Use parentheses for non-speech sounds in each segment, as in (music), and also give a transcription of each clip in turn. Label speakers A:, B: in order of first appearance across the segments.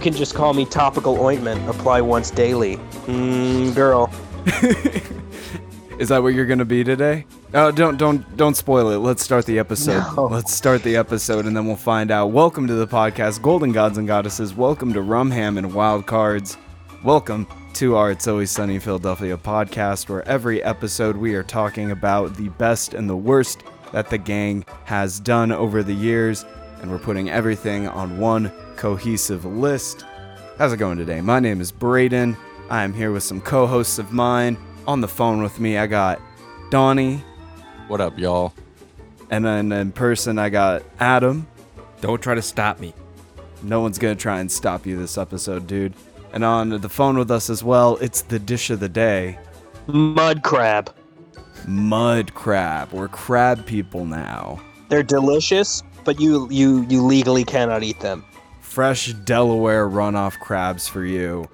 A: can just call me topical ointment. Apply once daily. Mm, girl.
B: Is that what you're gonna be today? Oh, don't don't don't spoil it. Let's start the episode.
A: No.
B: Let's start the episode, and then we'll find out. Welcome to the podcast, Golden Gods and Goddesses. Welcome to Rum Ham and Wild Cards. Welcome to our It's Always Sunny in Philadelphia podcast, where every episode we are talking about the best and the worst that the gang has done over the years, and we're putting everything on one cohesive list. How's it going today? My name is Braden. I am here with some co hosts of mine. On the phone with me, I got Donnie,
C: What up, y'all?
B: and then in person, I got Adam.
C: Don't try to stop me.
B: No one's going to try and stop you this episode, dude. And on the phone with us as well, it's the dish of the day
A: Mud crab.
B: mud crab. We're crab people now.
A: They're delicious, but you you you legally cannot eat them.
B: Fresh Delaware runoff crabs for you.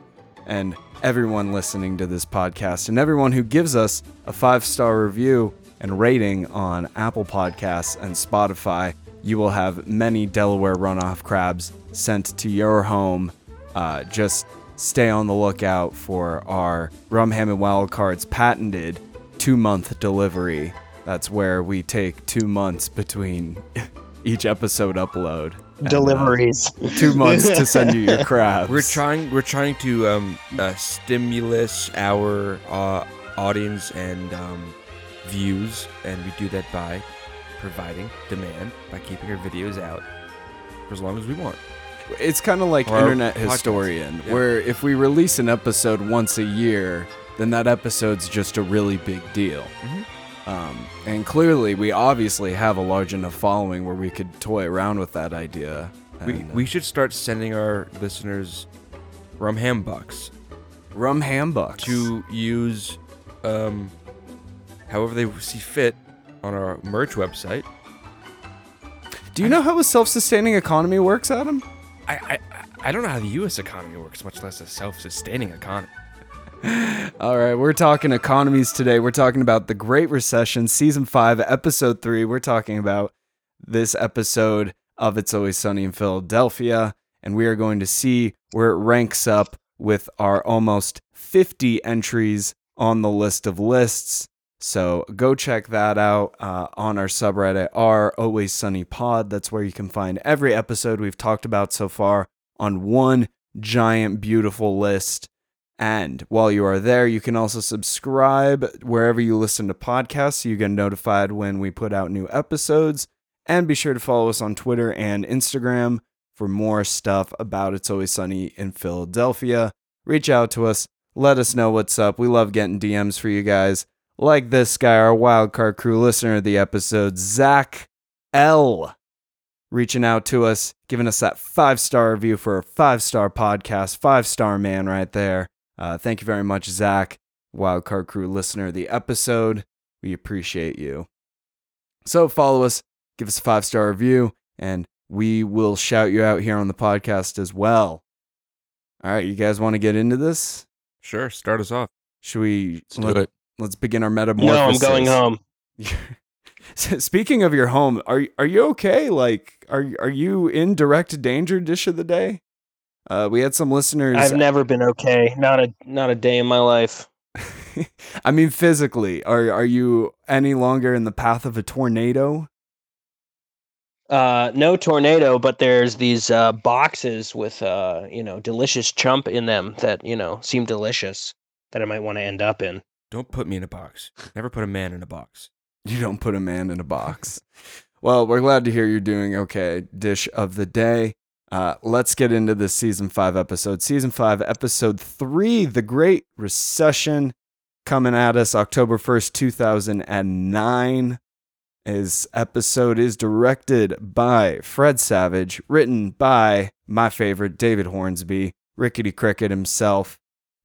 B: And everyone listening to this podcast and everyone who gives us a five star review and rating on Apple Podcasts and Spotify, you will have many Delaware runoff crabs sent to your home. Uh, just stay on the lookout for our Rum Ham and Wild Cards patented two month delivery. That's where we take two months between (laughs) each episode upload. and, uh,
A: Deliveries.
B: two months to send you your crabs.
C: We're trying. We're trying to um, uh, stimulus our uh, audience and um, views, and we do that by providing demand by keeping our videos out for as long as we want.
B: It's kind of like
C: Or
B: internet
C: podcast.
B: historian,
C: Yeah.
B: where if we release an episode once a year, then that episode's just a really big deal.
C: Mm-hmm.
B: Um, and clearly, we obviously have a large enough following where we could toy around with that idea.
C: We,
B: And, uh,
C: we should start sending our listeners rum ham bucks
B: rum hambucks.
C: to use, um, however they see fit, on our merch website.
B: Do you know how a self-sustaining economy works, Adam?
C: I I, I don't know how the U.S. economy works, much less a self-sustaining economy.
B: All right, we're talking economies today. We're talking about the Great Recession, season five, episode three. We're talking about this episode of It's Always Sunny in Philadelphia, and we are going to see where it ranks up with our almost 50 entries on the list of lists. So go check that out uh, on our subreddit, r Always Sunny Pod. That's where you can find every episode we've talked about so far on one giant, beautiful list. And while you are there, you can also subscribe wherever you listen to podcasts so you get notified when we put out new episodes. And be sure to follow us on Twitter and Instagram for more stuff about It's Always Sunny in Philadelphia. Reach out to us, let us know what's up. We love getting DMs for you guys. Like this guy, our wildcard crew listener of the episode, Zach L reaching out to us, giving us that five star review for a five star podcast, five star man right there. Uh, thank you very much, Zach, Wildcard Crew listener of the episode. We appreciate you. So follow us, give us a five star review, and we will shout you out here on the podcast as well. All right, you guys want to get into this?
C: Sure, start us off.
B: Should we?
C: Let's do it.
B: us begin our
A: No, I'm
B: metamorphosis.
A: going
B: (laughs)
A: home.
B: Speaking of your home, are are you okay? Like, are are you in direct danger? Dish of the day. Uh, we had some listeners.
A: I've never been okay. Not a not a day in my life.
B: (laughs) I mean, physically, are are you any longer in the path of a tornado?
A: Uh, no tornado, but there's these uh, boxes with uh, you know delicious chump in them that you know seem delicious that I might want to end up in.
C: Don't put me in a box. Never put a man in a box.
B: You don't put a man in a box. well, we're glad to hear you're doing okay. Dish of the day. Uh, let's get into this season five episode. Season five, episode three, The Great Recession, coming at us October 1st, 2009. His episode is directed by Fred Savage, written by my favorite, David Hornsby, Rickety Cricket himself.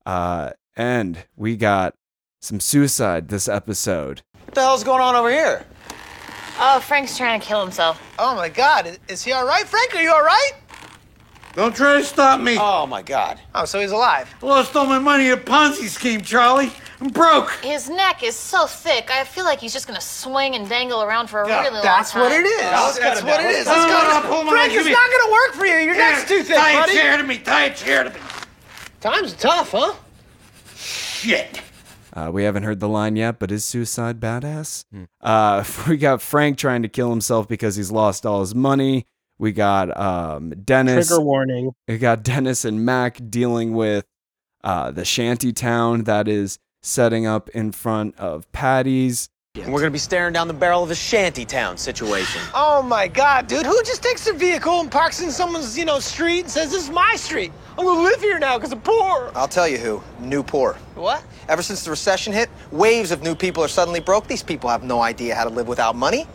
B: Uh, and we got some suicide this episode.
D: What the hell's going on over here?
E: Oh, Frank's trying to kill himself.
D: Oh my God, is, is he all right? Frank, are you all right?
F: Don't try to stop me.
D: Oh my God. Oh, so he's alive.
F: I lost all my money in a Ponzi scheme, Charlie.
C: I'm broke.
E: His neck is so thick, I feel like he's just gonna swing and dangle around for a
D: Yeah,
E: really long time.
D: that's what it is. that's
C: of
D: what
C: that.
D: it is.
C: Let's
D: Let's
C: go. No, no,
D: go.
C: no, pull my
D: Frank,
C: leg.
D: it's
C: Give me-
D: not gonna work for you. Your neck's too thick,
C: Tie
D: buddy.
C: a chair to me. Tie a chair to me.
D: Time's tough, huh?
C: Shit.
B: Uh, we haven't heard the line yet, but is suicide badass?
A: Hmm.
B: Uh, (laughs) we got Frank trying to kill himself because he's lost all his money. We got um, Dennis.
A: Trigger warning.
B: We got Dennis and Mac dealing with uh, the shanty town that is setting up in front of Patty's.
F: And we're gonna be staring down the barrel of a shanty town situation.
D: Oh my God, dude! Who just takes their vehicle and parks in someone's, you know, street and says this is my street? I'm gonna live here now because I'm poor.
F: I'll tell you who. New poor.
D: What?
F: Ever since the recession hit, waves of new people are suddenly broke. These people have no idea how to live without money.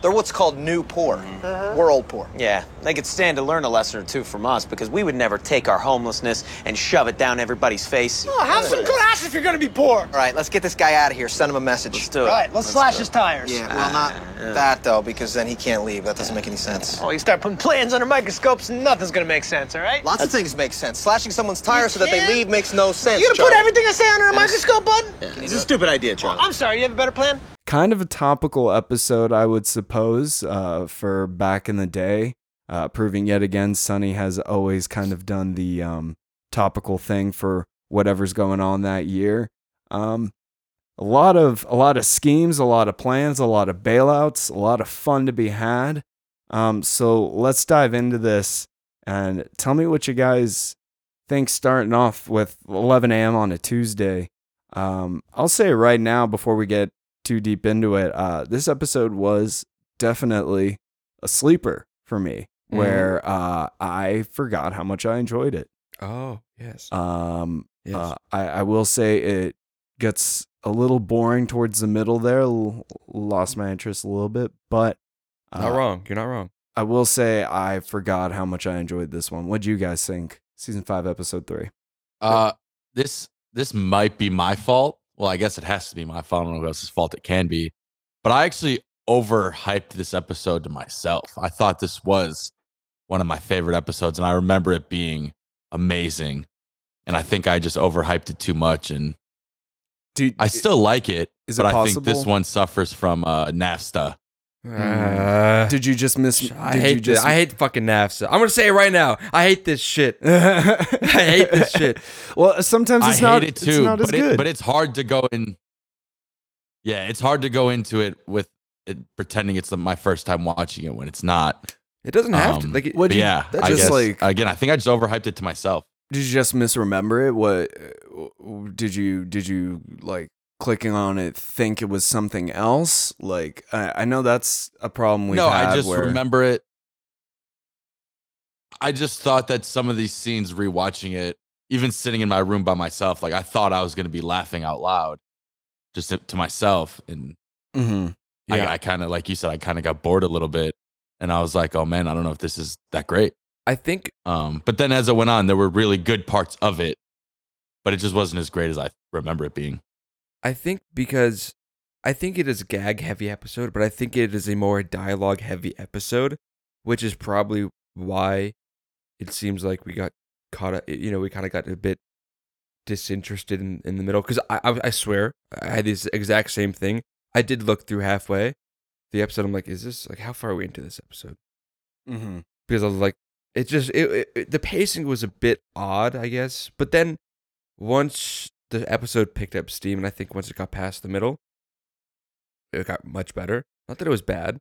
F: They're what's called new poor.
D: Mm-hmm.
F: We're old poor.
G: Yeah, they could stand to learn a lesson or two from us because we would never take our homelessness and shove it down everybody's face.
D: Oh, have some class if you're gonna be poor.
F: All right, let's get this guy out of here. Send him a message.
G: Let's do it. Uh,
D: All right, let's slash his tires.
F: Yeah, well, not that though, because then he can't leave. That doesn't make any sense.
D: Oh, you start putting plans under microscopes and nothing's gonna make sense, all right?
F: Lots of things make sense. Slashing someone's tire so that they
D: can't-
F: leave makes no sense.
D: You gonna put
F: Charlie.
D: everything I say under a microscope, bud?
F: It's a stupid idea, Charlie.
D: I'm sorry, you have a better plan?
B: Kind of a topical episode, I would suppose, uh, for back in the day, uh, proving yet again Sonny has always kind of done the um, topical thing for whatever's going on that year. Um, a lot of a lot of schemes, a lot of plans, a lot of bailouts, a lot of fun to be had. Um, so let's dive into this and tell me what you guys think. Starting off with 11 a.m. on a Tuesday. Um, I'll say right now before we get too deep into it, uh, this episode was definitely a sleeper for me,
C: Mhm.
B: where uh, I forgot how much I enjoyed it.
C: Oh yes.
B: Um,
C: Yes.
B: uh, I, I will say it gets a little boring towards the middle there. L- lost my interest a little bit, but uh,
C: not wrong. You're not wrong.
B: I will say I forgot how much I enjoyed this one. What do you guys think? Season five, episode three.
H: Uh, this this might be my fault. Well, I guess it has to be my fault. I don't know who else's fault it can be. But I actually overhyped this episode to myself. I thought this was one of my favorite episodes, and I remember it being amazing. And I think I just overhyped it too much, and
B: Do
H: I still like it.
B: Is it
H: but I think this
B: possible?
H: one suffers from uh, NAFTA.
C: Uh,
B: did you just miss? Did
C: I hate
B: you
C: this.
B: just,
C: I hate fucking NAFSA. I'm gonna say it right now. I hate this (laughs) shit.
B: I
C: hate this shit.
B: Well, sometimes
H: I
B: it's
H: hate
B: not.
H: it
B: it's
H: too,
B: not as
H: but,
B: good.
H: It, but it's hard to go in. Yeah, it's hard to go into it with it, pretending it's the, my first time watching it when it's not.
C: It doesn't have to.
H: Um,
C: Like, it,
B: What
H: But
B: do you-
H: yeah,
B: that's
H: I
B: just
H: guess,
B: like-
H: again, I think I just overhyped it to myself.
B: Did you just misremember it? What uh, did you did you like clicking on it? Think it was something else? Like I, I know that's a problem we
H: no,
B: had
H: I just
B: where-
H: remember it. I just thought that some of these scenes, rewatching it, even sitting in my room by myself, like I thought I was going to be laughing out loud, just to, to myself, and
B: Mhm.
C: Yeah.
H: I, I kind of, like you said, I kind of got bored a little bit, and I was like, oh man, I don't know if this is that great.
C: I think
H: Um, but then as it went on, there were really good parts of it, but it just wasn't as great as I remember it being.
C: I think because I think it is a gag heavy episode, but I think it is a more dialogue heavy episode, which is probably why it seems like we got caught up. You know, we kind of got a bit disinterested in, in the middle because I, I I swear I had this exact same thing. I did look through halfway the episode. I'm like, is this like how far are we into this episode?
B: Mhm.
C: because I was like, it just it, it, it- the pacing was a bit odd, I guess. But then once the episode picked up steam, and I think once it got past the middle, it got much better. Not that it was bad,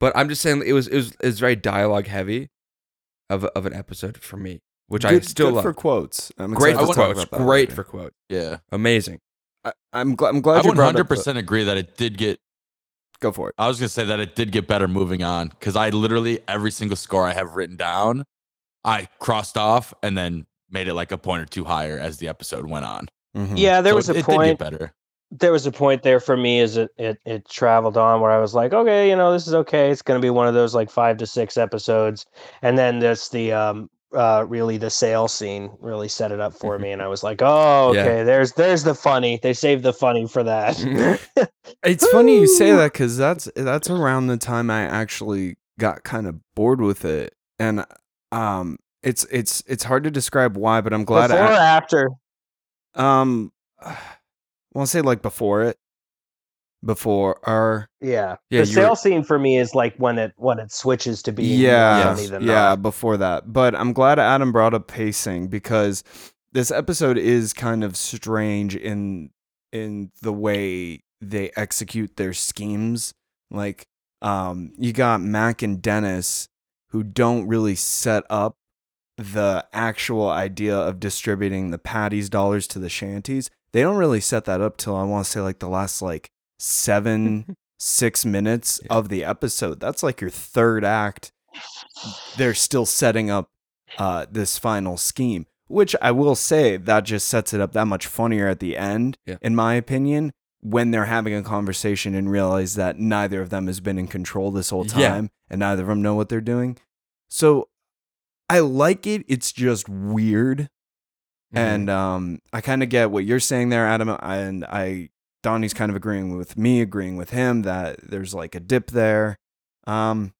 C: but I'm just saying it was it was, it was very dialogue heavy of a- of an episode for me, which I
B: Good-
C: still
B: good
C: love.
B: for quotes. I'm
C: great
B: excited
C: for
B: to talk
C: quotes,
B: about that
C: great
B: later.
C: for quote,
H: Yeah.
C: amazing.
B: I, I'm glad. I'm
H: I
B: glad you brought up. the-
H: 100% agree that it did get,
B: Go for it.
H: I was going to say that it did get better moving on because I literally, every single score I have written down, I crossed off and then made it like a point or two higher as the episode went on.
B: Mhm.
A: Yeah, there
H: Hmm. So
A: was
H: it,
A: a
H: it
A: point.
H: did get better.
A: there was a point there for me as it, it it traveled on where I was like, okay, you know, this is okay. It's going to be one of those like five to six episodes, and then that's the um uh really the sale scene really set it up for me, and I was like, oh,
C: Yeah.
A: okay, there's there's the funny. They saved the funny for that. (laughs)
B: It's funny you say
A: Woo!
B: that because that's that's around the time I actually got kind of bored with it, and um, it's it's it's hard to describe why, but I'm glad.
A: Before
B: I,
A: or after?
B: Um, (sighs) want to say like before it, before or
A: Yeah.
C: Yeah,
A: the
C: you were-
A: sale scene for me is like when it when it switches to being
B: yeah,
A: more funny than
B: yeah,
A: not.
B: before that. But I'm glad Adam brought up pacing because this episode is kind of strange in in the way they execute their schemes. Like, um, you got Mac and Dennis who don't really set up the actual idea of distributing the Patty's dollars to the shanties. They don't really set that up till I want to say like the last like
A: (laughs) Mm-hmm.
C: (laughs)
B: seven, six minutes
C: Yeah.
B: of the episode. That's like your third act. They're still setting up uh, this final scheme, which I will say that just sets it up that much funnier at the end,
C: Yeah.
B: in my opinion, when they're having a conversation and realize that neither of them has been in control this whole time
C: Yeah.
B: and neither of them know what they're doing. So I like it. It's just weird.
C: Mm-hmm.
B: And um, I kind of get what you're saying there, Adam. And I, Donnie's kind of agreeing with me, agreeing with him that there's like a dip there. Um,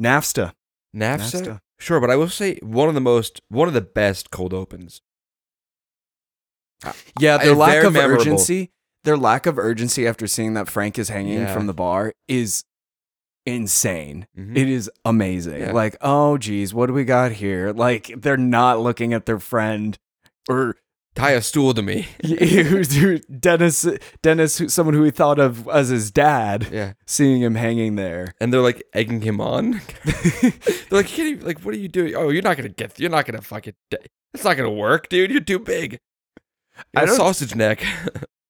B: NAFSTA.
C: NAFSA? Sure, but I will say one of the most, one of the best cold opens.
B: Yeah,
C: They're
B: their lack
C: very
B: of
C: memorable.
B: urgency, their lack of urgency after seeing that Frank is hanging
C: Yeah.
B: from the bar is insane.
C: Mhm.
B: It is amazing.
C: Yeah.
B: Like, oh geez, what do we got here? Like, they're not looking at their friend or (laughs)
C: Tie a stool to me. (laughs)
B: who's who, Dennis, Dennis, who, someone who he thought of as his dad,
C: Yeah.
B: seeing him hanging there.
C: And they're like egging him on. (laughs) they're like, you can't even, like, what are you doing? Oh, you're not gonna get, you're not gonna fucking, it's not gonna work, dude. You're too big.
B: I
C: I
B: don't-
C: sausage neck.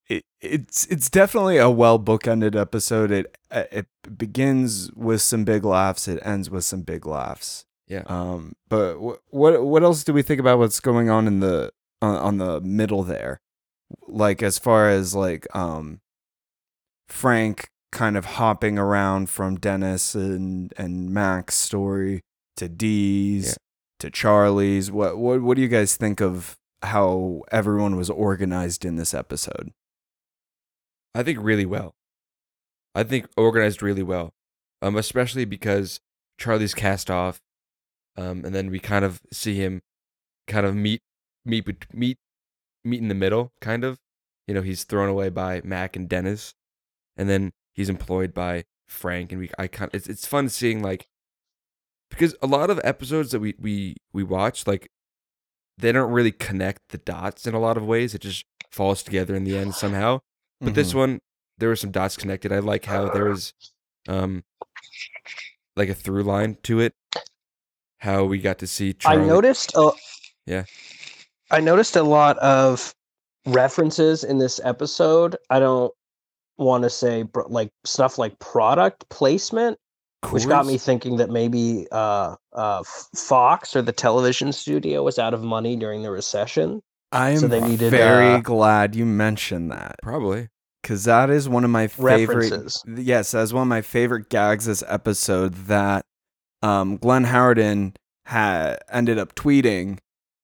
B: It, it's it's definitely a well bookended episode. It uh, it begins with some big laughs. It ends with some big laughs.
C: Yeah.
B: Um. But wh- what what else do we think about what's going on in the on, on the middle there? Like as far as like um, Frank kind of hopping around from Dennis and and Mac's story to Dee's
C: Yeah.
B: to Charlie's. What what what do you guys think of how everyone was organized in this episode?
C: I think really well. I think organized really well, um, especially because Charlie's cast off, um, and then we kind of see him, kind of meet, meet, bet- meet, meet in the middle, kind of. You know, he's thrown away by Mac and Dennis, and then he's employed by Frank, and we. I kind. It's it's fun seeing like, because a lot of episodes that we we we watch like, they don't really connect the dots in a lot of ways. It just falls together in the end somehow but
A: Mm-hmm.
C: this one there were some dots connected i like how there was um like a through line to it how we got to see
A: I
C: Charlie.
A: noticed a,
C: Yeah.
A: I noticed a lot of references in this episode. I don't want to say br- like stuff like product placement, which got me thinking that maybe uh, uh, F- Fox or the television studio was out of money during the recession.
B: I am
A: So they needed,
B: very
A: uh,
B: glad you mentioned that
C: probably
B: because that is one of my favorite.
A: References.
B: Yes, that's one of my favorite gags this episode that um, Glenn Howerton had ended up tweeting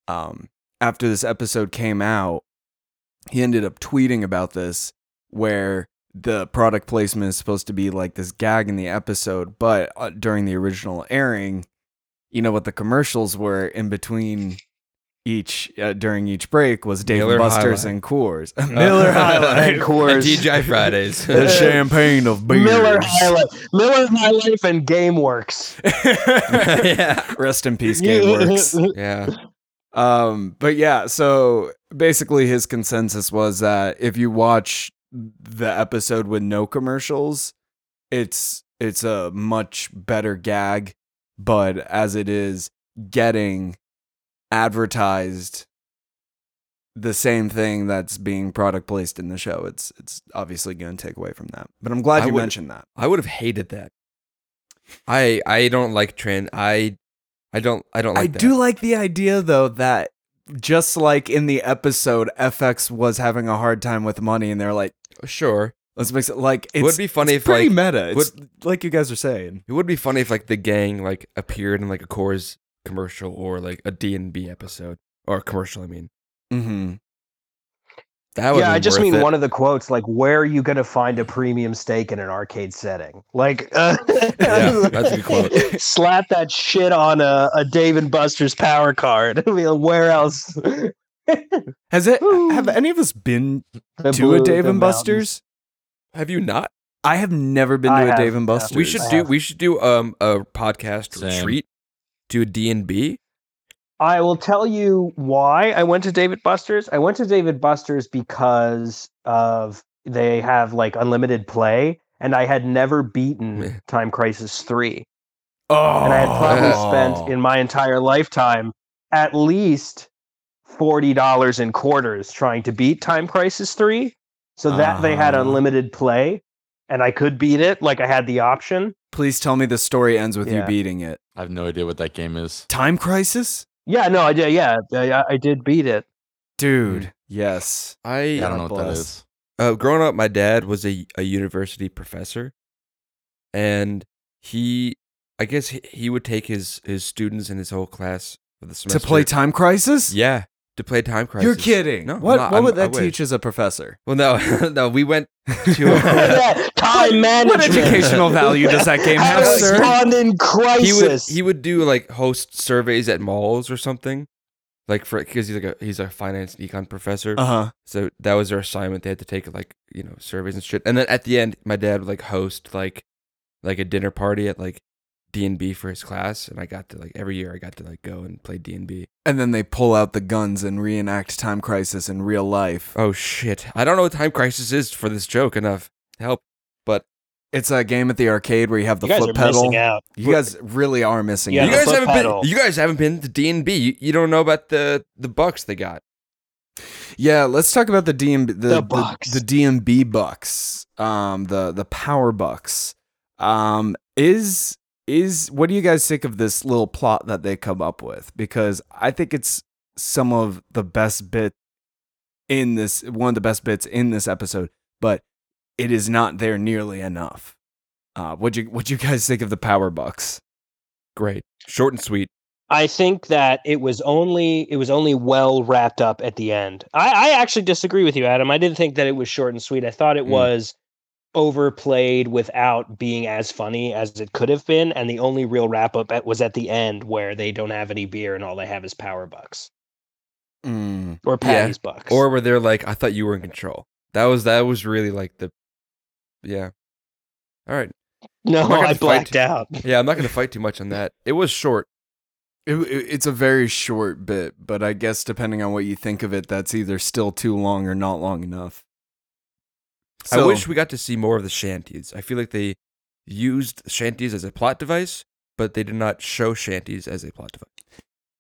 B: um, after this episode came out. He ended up tweeting about this where the product placement is supposed to be like this gag in the episode, but uh, during the original airing, you know what the commercials were in between each uh, during each break was Dave
C: Miller
B: and Buster's
C: High
B: and Coors. (laughs) Miller High Life.
A: And Coors.
C: dji fridays
B: The champagne of beers. (laughs)
A: Miller High Life, Miller High Life, and GameWorks.
C: yeah
B: Rest
A: (laughs)
B: in peace, GameWorks.
C: (laughs) yeah
B: Um, but yeah, so basically his consensus was that if you watch the episode with no commercials, it's it's a much better gag, but as it is getting advertised the same thing that's being product placed in the show, it's it's obviously going to take away from that. But I'm glad
C: I
B: you
C: would-
B: mentioned that.
C: i would have hated that i i don't like trend i i don't i don't like
B: I
C: that.
B: do like the idea though that just like in the episode, FX was having a hard time with money, and they're like,
C: Oh, sure
B: "Let's make it like it's,
C: it would be funny
B: it's
C: if like
B: pretty meta." It's like you guys are saying.
C: It would be funny if like the gang like appeared in like a Coors commercial or like a D and B episode or a commercial. I mean,
B: Mm-hmm.
C: that would
A: yeah,
C: be
A: I just
C: worth
A: mean
C: it.
A: one of the quotes, like, where are you going to find a premium steak in an arcade setting? Like, (laughs) uh,
C: Yeah, that's a good quote.
A: (laughs) Slap that shit on a, a Dave and Buster's power card. I mean, where else? (laughs)
B: Has it?
A: Woo.
B: Have any of us been
A: The
B: to
A: blue-
B: a Dave
A: the
B: and
A: mountains.
B: Buster's?
C: Have you not?
B: I have never been to
A: I
B: a
A: have,
B: Dave and
A: yeah.
B: Buster's.
C: We should
A: I
C: do
A: have.
C: we should do um a podcast
H: Same.
C: retreat. Do a D and B.
A: I will tell you why I went to David Buster's. I went to David Buster's because of they have like unlimited play, and I had never
C: Meh.
A: beaten Time Crisis Three,
B: Oh,
A: and I had probably spent in my entire lifetime at least forty dollars in quarters trying to beat Time Crisis Three. So that they had
B: Uh-huh.
A: unlimited play, and I could beat it. Like I had the option.
B: Please tell me the story ends with you
A: Yeah.
B: beating it.
H: I have no idea what that game is.
B: Time Crisis,
A: Yeah, no, I did. Yeah, I, I did beat (laughs) it.
B: dude.
C: Mm.
B: Yes.
C: I
H: I
B: God
H: don't know what that
B: bless.
H: is.
C: uh, growing up, my dad was a, a university professor, and he, I guess he, he would take his his students and his whole class for the semester
B: To play Time Crisis?
C: Yeah, to play time crisis.
B: You're kidding.
C: No,
B: what
C: I'm not-
B: what
C: I'm-
B: would
C: I
B: that
C: wish.
B: teach as a professor?
C: Well, no, (laughs) no,
B: (laughs)
C: we went to.
A: Yeah, time management.
B: educational value does
A: (laughs)
B: that game
A: How
B: have,
A: to
B: sir?
A: respond in
C: he would
A: crisis.
C: he would do like host surveys at malls or something, like for because he's like a he's a finance and econ professor.
B: Uh huh.
C: So that was their assignment. They had to take like you know surveys and shit. And then at the end, my dad would like host like like a dinner party at like D and B for his class. And I got to like every year I got to like go and play D and B.
B: And then they pull out the guns and reenact Time Crisis in real life.
C: Oh shit! I don't know what time crisis is for this joke enough. Help!
B: It's a game at the arcade where you have the
A: you guys
B: foot
A: are
B: pedal.
A: missing out.
B: You guys really are missing
A: Yeah,
B: out.
C: you
A: the
C: guys
A: foot
C: haven't
A: pedal.
C: been. You guys haven't been to D and B. You, you don't know about the the bucks they got.
B: yeah, let's talk about the DMB the, the,
A: bucks.
B: the DMB bucks. Um the the power bucks. Um is is what do you guys think of this little plot that they come up with? Because I think it's some of the best bit in this one of the best bits in this episode, but it is not there nearly enough. Uh what you what you guys think of the power bucks?
C: Great, short and sweet.
A: I think that it was only it was only well wrapped up at the end. I, I actually disagree with you, Adam. I didn't think that it was short and sweet. I thought it
C: Mm.
A: was overplayed without being as funny as it could have been. And the only real wrap up at, was at the end where they don't have any beer and all they have is power bucks
B: Mm.
A: or Patty's bucks.
C: Or where they're like, I thought you were in control. That was that was really like the, yeah. All right.
A: (laughs) no,
C: We're gonna
A: I
C: fight.
A: blacked out.
C: Yeah, I'm not gonna fight too much on that. It was short.
B: It, it- it's a very short bit, but I guess depending on what you think of it, that's either still too long or not long enough.
C: I wish we got to see more of the shanties. I feel like they used shanties as a plot device, but they did not show shanties as a plot device.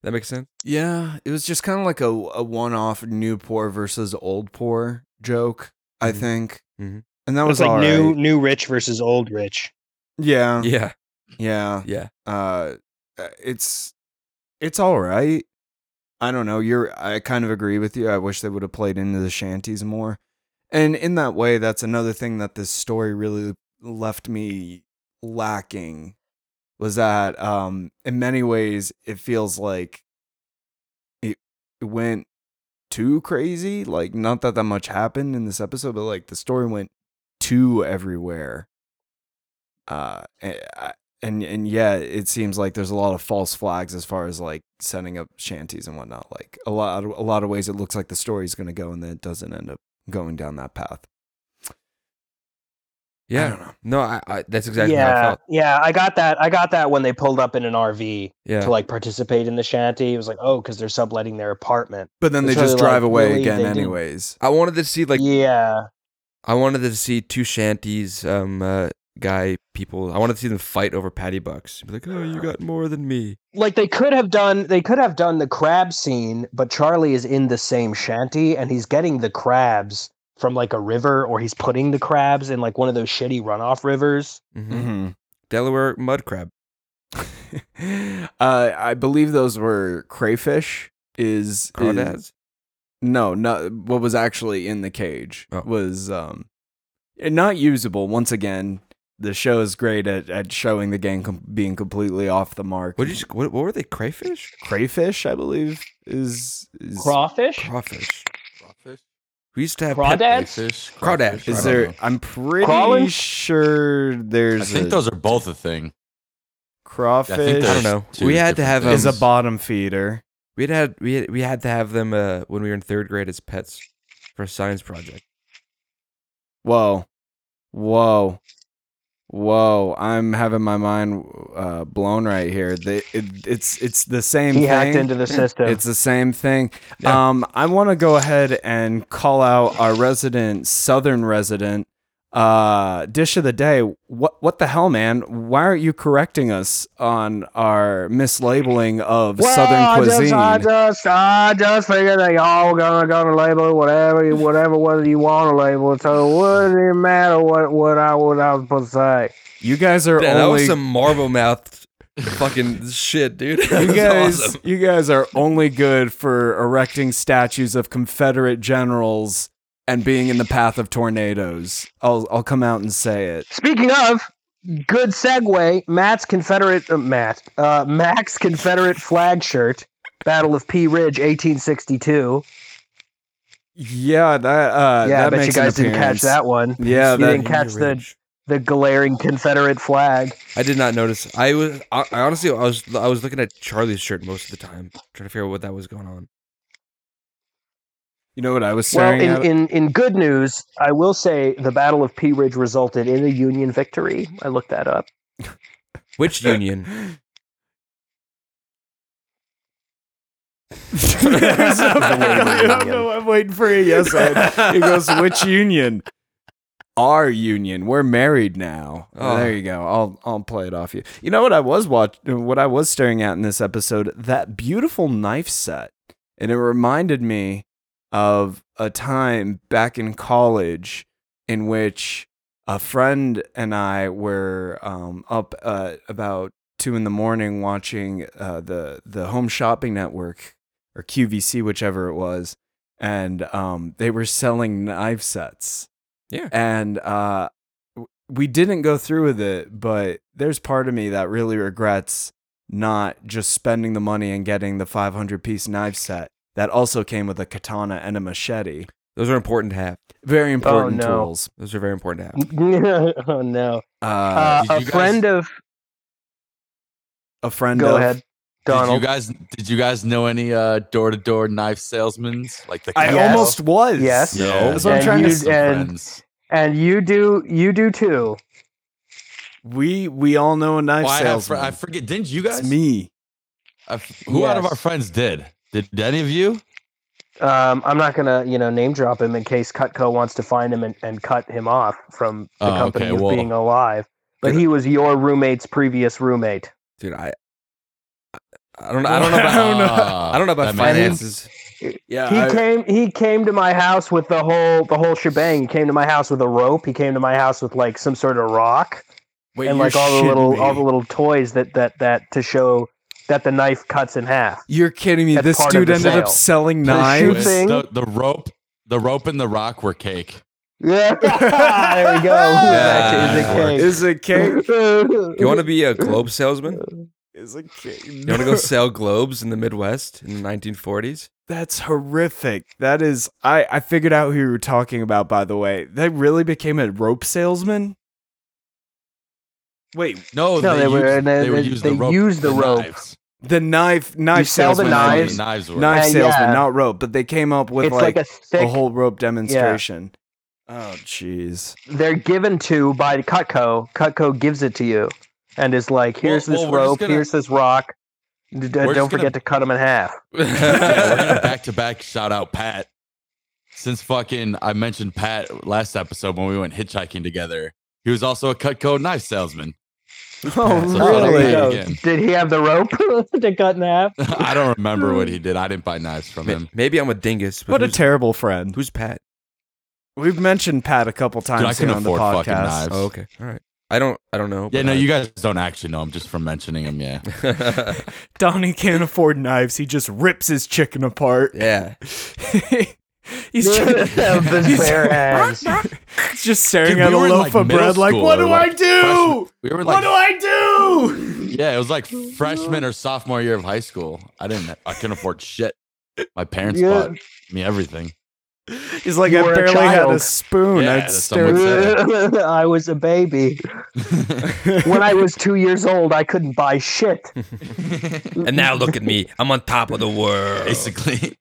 C: That makes sense.
B: yeah, it was just kind of like a, a one off new poor versus old poor joke, I
C: Mhm.
B: think.
C: Mhm.
B: And that
A: It's
B: was
A: like
B: all
A: new
B: right.
A: new rich versus old rich.
B: Yeah,
C: Yeah,
B: yeah.
C: yeah.
B: Uh, it's it's all right. I don't know. You're. I kind of agree with you. I wish they would have played into the shanties more. And in that way, that's another thing that this story really left me lacking was that um in many ways it feels like it it went too crazy like not that that much happened in this episode but like the story went too everywhere uh a- I- and and yeah it seems like there's a lot of false flags as far as like setting up shanties and whatnot like a lot a lot of ways it looks like the story's going to go and then it doesn't end up going down that path
C: Yeah.
B: I don't know.
C: No, I, I that's exactly
A: yeah,
C: how I felt.
A: yeah. I got that. I got that when they pulled up in an RV
C: Yeah.
A: to like participate in the shanty. It was like, oh, because they're subletting their apartment.
B: but then they
A: It's
B: just
A: really, like,
B: drive away
A: really,
B: again
A: they didn't-
B: anyways
C: I wanted to see like
A: yeah,
C: I wanted to see two shanties um uh, guy people. I wanted to see them fight over patty bucks. Be like, oh, you got more than me.
A: like they could have done. They could have done the crab scene, but Charlie is in the same shanty and he's getting the crabs from like a river, or he's putting the crabs in like one of those shitty runoff rivers.
C: hmm
B: Mhm.
A: Mm-hmm.
C: Delaware mud crab.
B: (laughs) uh, I believe those were crayfish. Is, is
C: Crawdads.
B: no, no. What was actually in the cage
C: Oh.
B: was um, not usable. Once again, the show is great at, at showing the game com- being completely off the mark.
C: What did you? What, what were they? Crayfish.
B: crayfish? I believe is is,
A: Crawfish.
C: Crawfish.
H: Crawfish,
C: We used to have pet-
A: Crawdads?
H: fish,
C: Crawdads.
B: is
C: I don't
B: there? I'm pretty
A: Crawling?
B: sure
H: I
B: there's
H: think
B: a
H: those are both a thing.
B: crawfish.
H: I think
C: I don't
H: there's
C: know.
H: two
C: We had to
H: different
C: have, um,
H: things.
B: is a bottom feeder.
C: We had, had we had, we had to have them uh, when we were in third grade as pets for a science project.
B: Whoa. Whoa. Whoa. I'm having my mind uh, blown right here. The, it, it's it's the same
A: He
B: thing.
A: hacked into the system.
B: It's the same thing. Um, I want to go ahead and call out our resident Southern resident uh, dish of the day. What what the hell, man? Why aren't you correcting us on our mislabeling of
A: I
B: Southern cuisine?
A: Just, I just, I just figured they all gonna gonna label it whatever, you- whatever, whether you want to label it. So what does it matter what what I what I was supposed to say?
B: you guys are
C: Damn, that
B: only
C: was some marble mouth fucking shit, dude. (laughs)
B: (laughs)
C: That
B: you
C: was
B: guys,
C: awesome.
B: you guys are only good for erecting statues of Confederate generals and being in the path of tornadoes. I'll I'll come out and say it.
A: Speaking of good segue, Matt's Confederate uh, Matt uh, Max Confederate flag shirt, Battle of Pea Ridge, 1862.
B: Yeah, that
A: yeah, I
B: uh, that
A: bet you
B: makes an
A: guys didn't catch
B: appearance.
A: that one.
B: Yeah,
A: you
B: that,
A: didn't catch the the glaring Confederate flag.
C: I did not notice. I was I, I honestly I was I was looking at Charlie's shirt most of the time, trying to figure out what that was going on.
B: you know what I was
A: Well,
B: staring
A: in,
B: at.
A: in, in good news, I will say the Battle of Pea Ridge resulted in a Union victory. I looked that up. (laughs)
B: (laughs)
C: Which union?
B: There's no- I (laughs) don't know. I'm waiting for a yes. I- He goes, which union? Our union. We're married now.
C: Oh.
B: There you go. I'll I'll play it off you. You know what I was watching? What I was staring at in this episode? That beautiful knife set, and it reminded me of a time back in college in which a friend and I were um, up uh, about two in the morning watching uh, the the Home Shopping Network or QVC, whichever it was, and um, they were selling knife sets.
C: Yeah.
B: and uh, w- we didn't go through with it, but there's part of me that really regrets not just spending the money and getting the 500 piece knife set that also came with a katana and a machete.
C: Those are important to have.
B: Very important
A: Oh, no.
B: tools.
C: Those are very important to have.
A: oh no!
B: Uh,
A: Uh,
H: did
A: a
H: you guys-
A: friend of
B: a friend.
A: go
B: of-
A: ahead,
H: Did you
A: Donald.
H: guys did you guys know any uh door to door knife salesmen? Like the
B: I
H: cow?
A: Yes.
B: almost was.
A: Yes.
H: Yeah,
B: That's what I'm
H: and
B: trying to
H: you-
A: say.
H: friends.
A: and you do you do too.
B: We we all know a knife
H: Well, I, have fr-
B: salesman.
H: I forget. Didn't you guys?
B: It's me.
H: I f- who out of
A: Yes.
H: our friends did? Did any of you?
A: Um, I'm not gonna you know name drop him in case Cutco wants to find him and, and cut him off from the
H: Oh,
A: company
H: okay,
A: of
H: well-
A: being alive. But
C: Good.
A: he was your roommate's previous roommate.
C: Dude, I I don't
B: (laughs)
C: I don't know about
B: don't know.
H: Ah,
C: I don't know about
H: that makes sense.
C: finances.
B: Yeah.
A: He
B: I-
A: came. He came to my house with the whole the whole shebang. He came to my house with a rope. He came to my house with like some sort of rock
B: wait,
A: and
B: you're
A: like all the
B: shitting
A: little all
B: me.
A: the little toys that that that to show that the knife cuts in
C: (laughs)
A: half.
B: You're kidding me.
A: That's
B: This
A: part of
B: dude
A: the
B: ended up
A: sale.
B: selling
A: The shoe
B: knives.
A: thing.
H: The, the rope, the rope and the rock were cake.
A: Yeah, there we go. (laughs) Back to is
B: Is it
A: it
B: cake?
H: (laughs)
A: cake.
C: (laughs) You want to be a globe salesman?
B: Is it cake?
C: You
B: (laughs)
C: want to go sell globes in the Midwest in the 1940s?
B: That's horrific. That is. I I figured out who you were talking about. By the way, that really became a rope salesman. Wait,
H: No,
A: No,
H: they,
A: they
H: used,
A: were-
H: they,
A: they-
H: would
A: they-
H: use
A: they
H: the rope.
A: used the rope.
H: Knives.
B: the knife knife
A: sell the
B: salesman. I
A: knives.
B: mean.
H: The knives were.
B: Knife
A: Uh,
B: salesman,
A: yeah.
B: not rope. But they came up with
A: It's like, a
B: a
A: thick.
B: whole rope demonstration. Oh, jeez.
A: they're given to by Cutco. Cutco gives it to you, and is like, here's
H: Well-
A: this
H: well, we're just
A: rope.
H: gonna-
A: Here's this rock. D- d-
H: We're just
A: don't
H: gonna-
A: forget to cut them in half.
H: (laughs) Yeah,
A: (laughs)
H: we're gonna back to back shout out Pat. Since fucking I mentioned Pat last episode when we went hitchhiking together, he was also a Cutco knife salesman. (laughs)
B: Oh,
H: Pat, so shout
A: There
H: out Pat
A: you go.
H: again.
A: Did he have the rope (laughs) to cut in (laughs) half?
H: I don't remember what he did. I didn't buy
A: (laughs)
H: knives from
C: Ma-
H: him.
C: Maybe I'm a dingus. But
B: What a
C: who's-
B: terrible friend.
C: Who's Pat?
B: We've mentioned Pat a couple times
H: I
B: here
H: couldn't
B: on the
H: afford fucking
B: podcast.
H: knives.
C: Oh, okay. All right. I don't. I don't know.
H: Yeah,
C: but
H: no,
C: I-
H: you guys don't actually know him just from mentioning him. Yeah.
B: Donnie can't afford knives. He just rips his chicken apart.
C: (laughs) yeah.
B: (laughs)
A: (laughs)
B: he's,
A: With
B: (laughs)
A: his
H: (laughs)
A: bare hands.
B: he's just staring
H: Dude,
B: at
H: we
B: a
H: were in,
B: loaf
H: like,
B: of
H: middle
B: bread, like,
H: school
B: what
H: or,
B: do
H: like,
B: I do?
H: We were
B: What
H: like,
B: do I do?
H: (laughs) yeah, it was like freshman or sophomore year of high school. I didn't, I couldn't afford shit. My parents
A: Yeah.
H: bought me everything.
B: He's like,
A: You
B: I
A: were a
B: barely had a
A: child."
B: spoon.
H: Yeah,
B: I'd
H: that's
B: stare
A: (laughs)
B: at
H: someone
A: I was a
H: (laughs)
A: baby. When I was two years old, I couldn't buy
H: (laughs)
A: shit. (laughs)
C: And now look at me. I'm on top of the world. (laughs)
H: basically.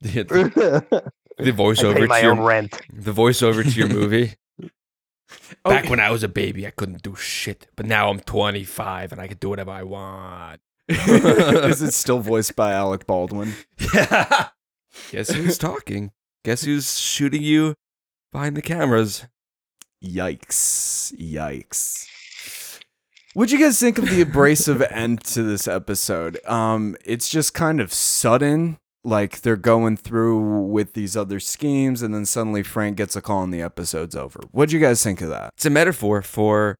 C: the
A: I pay
C: the voiceover
A: my
C: to
A: own
C: your,
H: (laughs)
A: rent.
C: the voiceover to
B: (laughs)
C: your movie. Back
B: Okay.
C: when I was a baby, I couldn't do shit, but now I'm 25 and I can do whatever
B: (laughs)
C: I want.
A: (laughs)
B: Is it still voiced by Alec Baldwin?
C: Guess who's talking? Guess who's shooting you behind the cameras?
B: Yikes. Yikes. What'd you guys think of the (laughs) abrasive end to this episode? Um, it's just kind of sudden. Like they're going through with these other schemes, and then suddenly Frank gets a call and the episode's over. What'd you guys think of that?
C: It's a metaphor for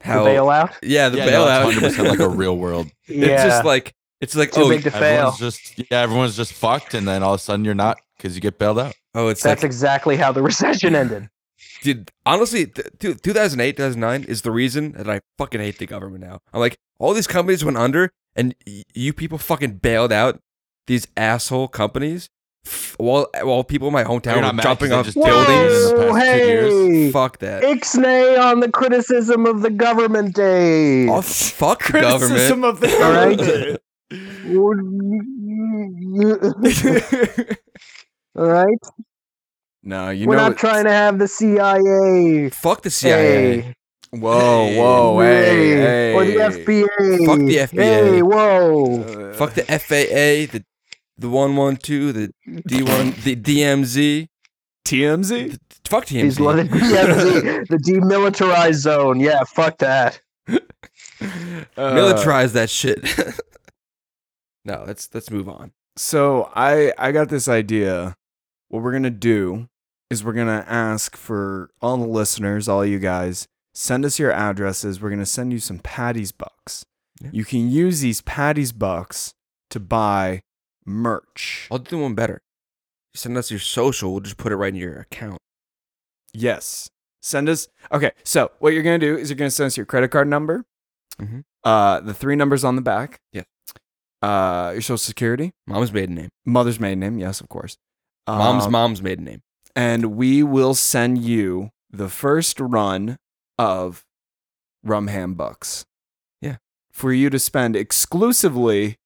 A: The bailout?
C: Yeah, the
H: yeah, no,
C: bailout.
H: it's
C: (laughs)
H: 100% like a real world.
A: (laughs) Yeah.
C: It's just like it's like
A: Too
C: oh
A: big to fail.
H: Everyone's just yeah, everyone's just fucked, and then all of a sudden you're not because you get bailed out.
C: oh it's
A: That's
C: like
A: exactly how the (laughs) recession ended.
C: dude. Honestly, th- two- 2008 2009 is the reason that I fucking hate the government now. I'm like all these companies went under, and y- you people fucking bailed out these asshole companies. F- while while people in my
H: You're
C: hometown
H: not
C: were
H: mad
C: jumping off
H: 'cause they
C: buildings.
H: just did it in the past two years.
A: hey!
C: Fuck that.
A: Ixnay on the criticism of the government day. (laughs)
C: Oh, fuck the government.
B: of the
A: All right. All right.
B: No, you
A: We're
B: know.
A: not
B: it-
A: trying to have the CIA.
C: Fuck the CIA.
A: Hey.
B: Whoa, whoa, hey, Oh, hey.
A: Or the FBA.
C: Fuck the FBA.
A: Hey, whoa.
B: Uh,
C: Fuck the FAA. The the one one two. The
A: (laughs)
C: D one. The DMZ.
B: TMZ. (laughs)
C: Fuck
A: He's
C: TMZ.
A: loving
C: (laughs)
A: DMZ, the demilitarized zone. Yeah, fuck that.
B: Uh,
C: Militarize that shit. (laughs) no, let's let's move on.
B: So I I got this idea. What we're gonna do is we're gonna ask for all the listeners, all you guys, send us your addresses. We're gonna send you some Patty's bucks.
C: Yeah.
B: You can use these Patty's bucks to buy merch.
C: I'll do one better. Send us your social. We'll just put it right in your account.
B: Yes. Send us. Okay. So what you're gonna do is you're gonna send us your credit card number,
C: Mhm.
B: uh, the three numbers on the back.
C: Yeah.
B: Uh, your social security,
C: Mom's maiden name.
B: mother's maiden name. Yes, of course.
C: Mom's
B: Um,
C: mom's
B: (laughs)
C: maiden name.
B: And we will send you the first run of Rumham Bucks.
C: Yeah.
B: For you to spend exclusively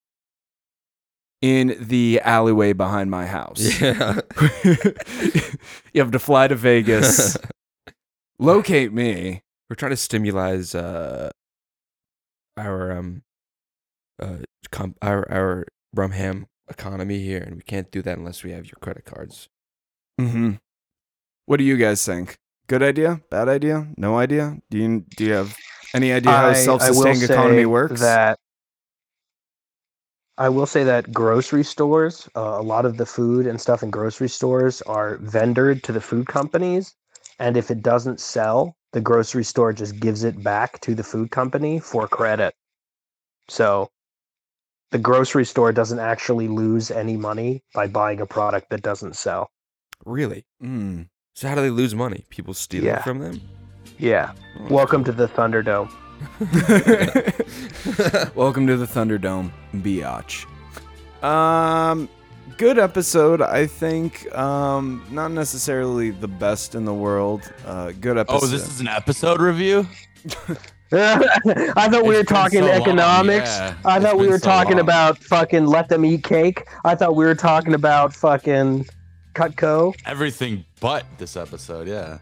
B: in the alleyway behind my house.
C: Yeah.
B: (laughs) you have to fly to
C: (laughs)
B: Vegas, locate me.
C: We're trying to stimulate uh, our um uh com- our our Rumham economy here, and we can't do that unless we have your credit cards.
B: Mm-hmm. What do you guys think? Good idea? Bad idea? No idea? Do you do you have any idea how a
A: I- I will
B: self-sustaining economy
A: say
B: works?
A: That I will say that grocery stores, uh, a lot of the food and stuff in grocery stores are vendored to the food companies, and if it doesn't sell, the grocery store just gives it back to the food company for credit. So the grocery store doesn't actually lose any money by buying a product that doesn't sell.
C: Really?
B: Mm.
C: So how do they lose money? People stealing
A: Yeah.
C: from them?
A: Yeah.
B: Hmm.
A: Welcome to the Thunderdome.
B: (laughs) Welcome to the Thunderdome, biatch. Um, good episode, I think. Um, not necessarily the best in the world. Uh, good episode.
H: Oh, this is an episode review.
A: I thought we
H: It's
A: were
H: been
A: talking
H: so long,
A: economics.
H: yeah.
A: I
H: It's
A: thought we
H: been
A: were
H: so
A: talking
H: long.
A: about fucking let them eat cake. I thought we were talking about fucking Cutco.
H: Everything but this episode. Yeah.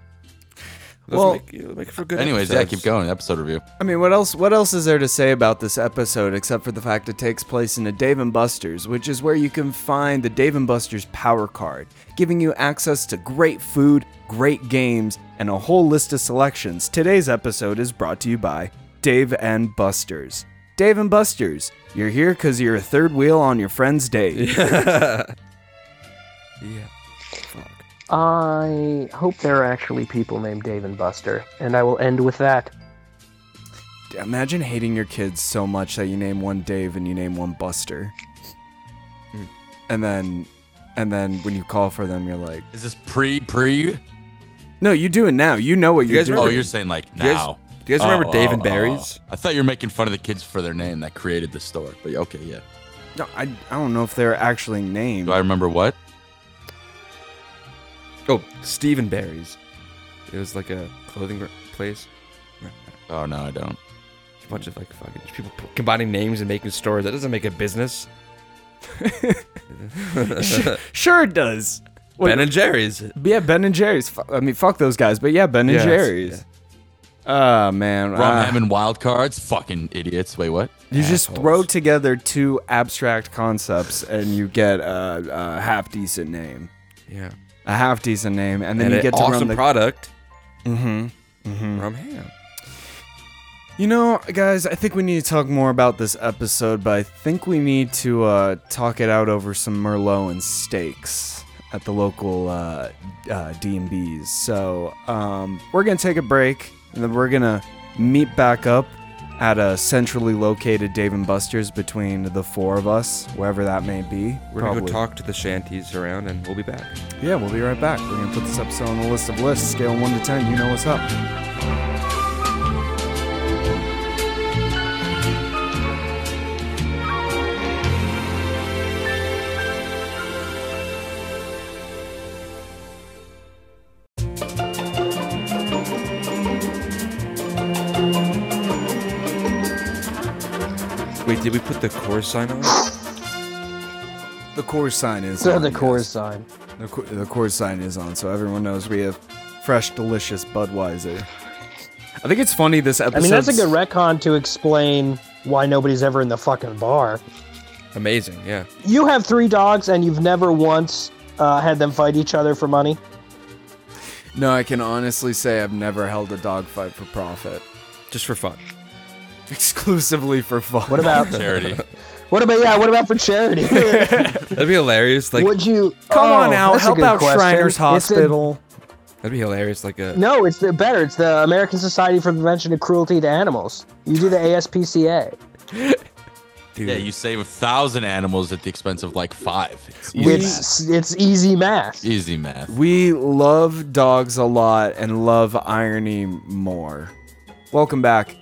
C: Let's
B: Well-
C: make, you know, make for good.
H: Anyways, yeah,
C: episodes.
H: keep going. Episode review.
B: I mean, what else? What else is there to say about this episode except for the fact it takes place in a Dave and Buster's, which is where you can find the Dave and Buster's Power Card, giving you access to great food, great games, and a whole list of selections. Today's episode is brought to you by Dave and Buster's. Dave and Buster's, you're here because you're a third wheel on your friend's day.
C: yeah. Fuck.
A: I hope there are actually people named Dave and Buster, and I will end with that.
B: Imagine hating your kids so much that you name one Dave and you name one Buster. And then and then when you call for them you're like,
H: Is this pre pre?
B: "No, you do it now. You know what
C: You
B: you're
C: guys
B: doing."
H: Oh,
C: remember-
H: you're saying like
C: Do you guys-
H: now.
C: Do you guys
H: Oh,
C: remember Dave
H: oh,
C: and
H: oh,
C: Barry's?
H: oh. I thought you were making fun of the kids for their name that created the store. But okay, yeah.
B: No, I, I don't know if they're actually named.
H: Do I remember what?
C: Oh, Stephen Barry's. It was like a clothing r- place.
H: Oh no, I don't.
C: A bunch of like fucking people p- combining names and making stores. That doesn't make a business.
B: Sure it does. Wait.
C: ben and Jerry's.
B: Yeah, Ben and Jerry's. Fu- I mean, fuck those guys, but yeah, Ben and
C: Yes,
B: Jerry's. Oh man,
H: Ron
B: ah.
H: Hammond wild cards, fucking idiots. Wait, what?
B: you just
C: assholes.
B: throw together two abstract concepts and you get a, a half decent name,
C: Yeah.
B: a half decent name, and then
C: and
B: you
C: an
B: get to
C: awesome
B: run the.
C: product
B: mm-hmm.
C: from Ham.
B: You know, guys, I think we need to talk more about this episode, but I think we need to uh, talk it out over some Merlot and steaks at the local uh, uh, D&Bs. So um, we're going to take a break, and then we're going to meet back up at a centrally located Dave and Buster's between the four of us, wherever that may be.
C: We're gonna go talk to the shanties around, and we'll be back.
B: Yeah, we'll be right back. We're going to put this episode on the list of lists, scale 1 to 10. You know what's up.
C: Wait, did we put the chorus sign on?
B: The chorus sign is
A: So
B: on,
H: Oh,
A: the
B: yes.
A: chorus sign.
B: The, co- the chord sign is on, so everyone knows we have fresh, delicious Budweiser. I think it's funny this episode.
A: I mean, that's a good retcon to explain why nobody's ever in the fucking bar.
C: Amazing, yeah.
A: You have three dogs, and you've never once uh, had them fight each other for money.
B: No, I can honestly say I've never held a dogfight for profit, (laughs)
C: Just for fun.
B: exclusively for fun.
A: What about?
C: (laughs)
H: (laughs) Charity.
A: what about? Yeah. What about for
H: (laughs)
A: charity?
C: That'd be hilarious. Like
A: Would you?
B: Come on
A: Oh,
B: out,
A: that's a
B: help
A: good
B: out
A: question.
B: Shriners
A: It's a-
B: Hospital.
C: that'd be hilarious. Like a
A: no, it's the better. It's the American Society for Prevention of Cruelty to Animals. You do the ASPCA.
C: dude.
H: yeah, you save a thousand animals at the expense of like five. It's easy, math.
A: It's it's easy math.
H: Easy math.
B: we love dogs a lot and love irony more. Welcome back,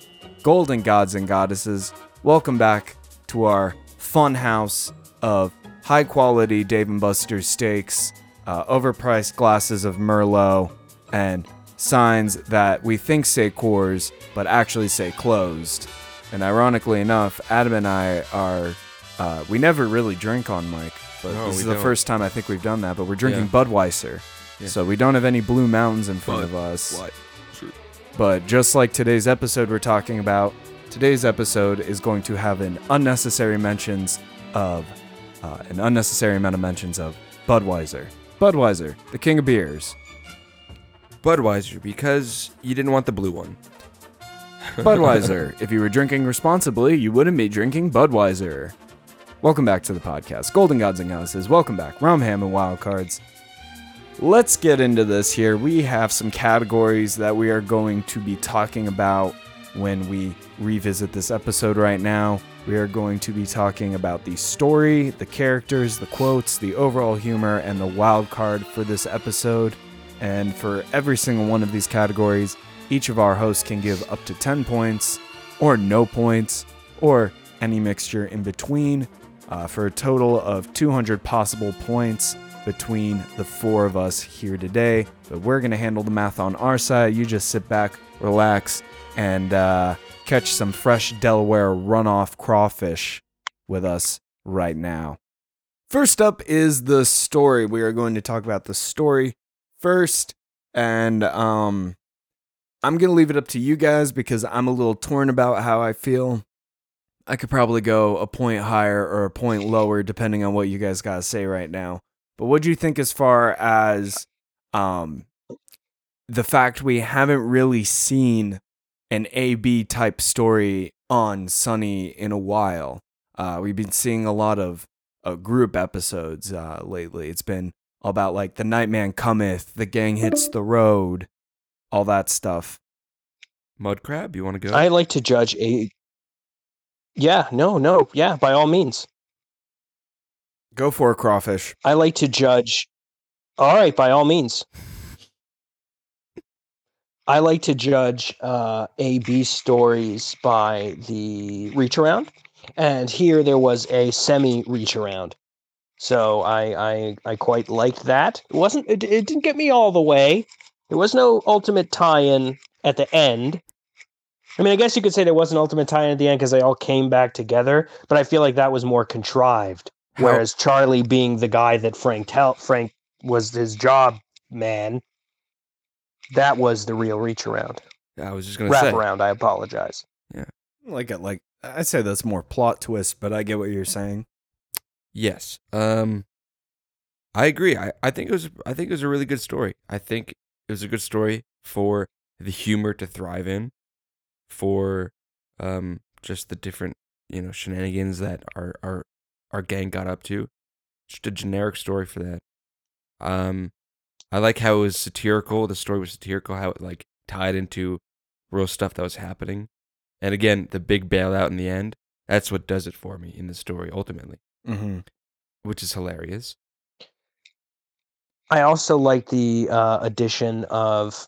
B: golden gods and goddesses. Welcome back to our fun house of high quality Dave and Buster's steaks, uh, overpriced glasses of Merlot, and signs that we think say Coors but actually say closed. And ironically enough, Adam and I are, uh, we never really drink on mic, but
C: No,
B: this
C: we
B: is the
C: don't.
B: first time I think we've done that, but we're drinking
C: Yeah.
B: Budweiser. So we don't have any Blue Mountains in front of us. But just like today's episode we're talking about, today's episode is going to have an unnecessary mentions of uh, an unnecessary amount of mentions of Budweiser. Budweiser, the king of beers.
C: Budweiser because you didn't want the blue one.
B: Budweiser. if you were drinking responsibly, you wouldn't be drinking Budweiser. Welcome back to the podcast. Golden Gods and Goddesses. Welcome back. Rum Ham and Wild Cards. Let's get into this here. We have some categories that we are going to be talking about when we revisit this episode right now. We are going to be talking about the story, the characters, the quotes, the overall humor, and the wild card for this episode. And for every single one of these categories, each of our hosts can give up to 10 points, or no points, or any mixture in between, uh, for a total of 200 possible points between the four of us here today. But we're going to handle the math on our side. You just sit back, relax, and uh, catch some fresh Delaware runoff crawfish with us right now. First up is the story. We are going to talk about the story first and um i'm gonna leave it up to you guys because i'm a little torn about how i feel i could probably go a point higher or a point lower depending on what you guys gotta say right now but what do you think as far as um the fact we haven't really seen an ab type story on sunny in a while uh we've been seeing a lot of uh, group episodes uh lately it's been about like the nightman cometh, the gang hits the road, all that stuff.
C: Mud crab, you want to go?
A: I like to judge a. Yeah. No. No. Yeah. By all means.
B: Go for a crawfish.
A: I like to judge. All right, by all means. I like to judge uh, AB stories by the reach around. And here there was a semi reach around. So I I I quite liked that. It wasn't it, it didn't get me all the way. There was no ultimate tie-in at the end. I mean, I guess you could say there was an ultimate tie-in at the end because they all came back together, but I feel like that was more contrived.
C: How-
A: Whereas Charlie being the guy that Frank tell Frank was his job man, that was the real reach around.
C: I was just gonna
A: Wrap
C: say.
A: around, I apologize.
B: Like it like I say that's more plot twist, but I get what you're saying.
C: Yes. Um I agree. I, I think it was I think it was a really good story. I think it was a good story for the humor to thrive in, for um just the different, you know, shenanigans that our our, our gang got up to. Just a generic story for that. Um I like how it was satirical, the story was satirical, how it like tied into real stuff that was happening. And again, the big bailout in the end, that's what does it for me in the story ultimately
B: Mm-hmm.
C: which is hilarious.
A: I also like the uh, addition of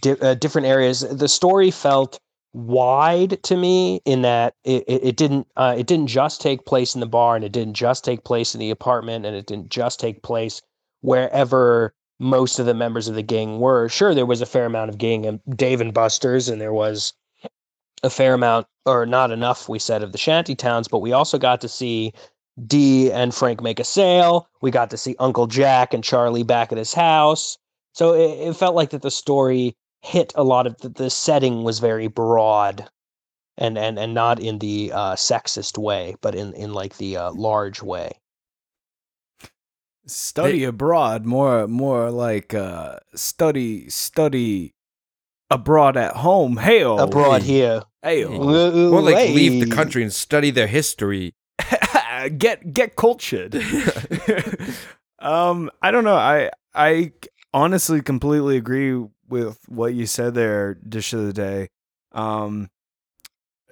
A: di- uh, different areas. The story felt wide to me in that it, it, it didn't uh, it didn't just take place in the bar and it didn't just take place in the apartment and it didn't just take place wherever most of the members of the gang were. Sure, there was a fair amount of gang and Dave and Buster's and there was a fair amount or not enough we said of the shanty towns, but we also got to see D and Frank make a sale. We got to see Uncle Jack and Charlie back at his house. So it, it felt like that the story hit a lot of the, the setting was very broad and and and not in the uh sexist way but in in like the uh large way
B: Study abroad, more more like uh study study abroad at home. Hail
A: abroad here
B: Hail.
C: Oh, Or
A: Or
C: like leave the country and study their history.
B: (laughs) get get cultured. um, I don't know. I I honestly completely agree with what you said there, dish of the day. Um,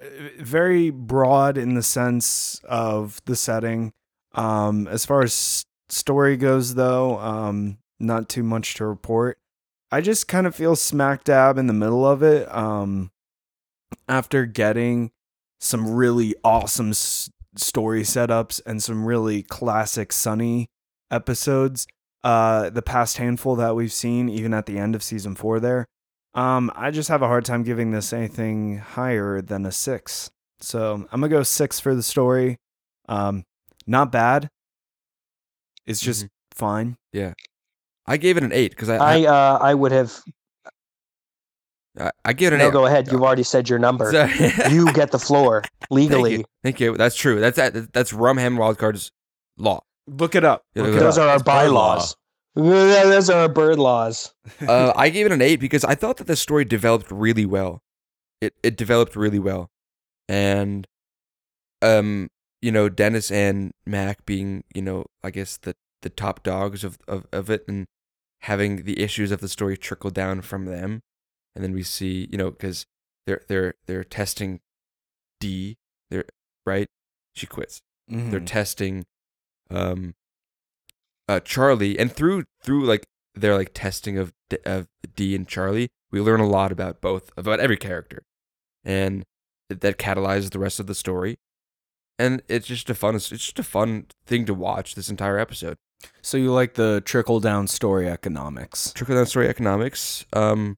B: eh, very broad in the sense of the setting. Um, as far as s- story goes, though, um, not too much to report. I just kind of feel smack dab in the middle of it. Um, after getting some really awesome s- story setups and some really classic Sunny episodes. Uh, the past handful that we've seen, even at the end of season four, there. Um, I just have a hard time giving this anything higher than a six. So I'm gonna go six for the story. Um, not bad. It's just fine.
C: I gave it an eight because I
A: i
C: I,
A: uh i would have
C: I, I gave it an
A: no
C: eight.
A: go ahead you've already said your
C: (laughs)
A: number
C: Sorry.
A: you get the floor
C: Thank
A: legally
C: you. Thank you. That's true. That's that, that's Rumham Wildcard's law.
B: Look it up.
C: Yeah,
B: Look
C: look
B: it
C: it
A: those
B: up.
A: are our
H: That's bird law.
A: bylaws those are our bird laws
C: (laughs) Uh, I gave it an eight because I thought that the story developed really well. It it developed really well, and um, you know, Dennis and Mac being you know, I guess the the top dogs of of, of it, and having the issues of the story trickle down from them, and then we see you know because they're they're they're testing D, they're right, she quits they're
B: Mhm.
C: testing um uh Charlie and through through like their like testing of D- of D and Charlie we learn a lot about both about every character and th- that catalyzes the rest of the story and it's just a fun it's just a fun thing to watch this entire episode
B: So you like the trickle down story economics?
C: trickle down story economics um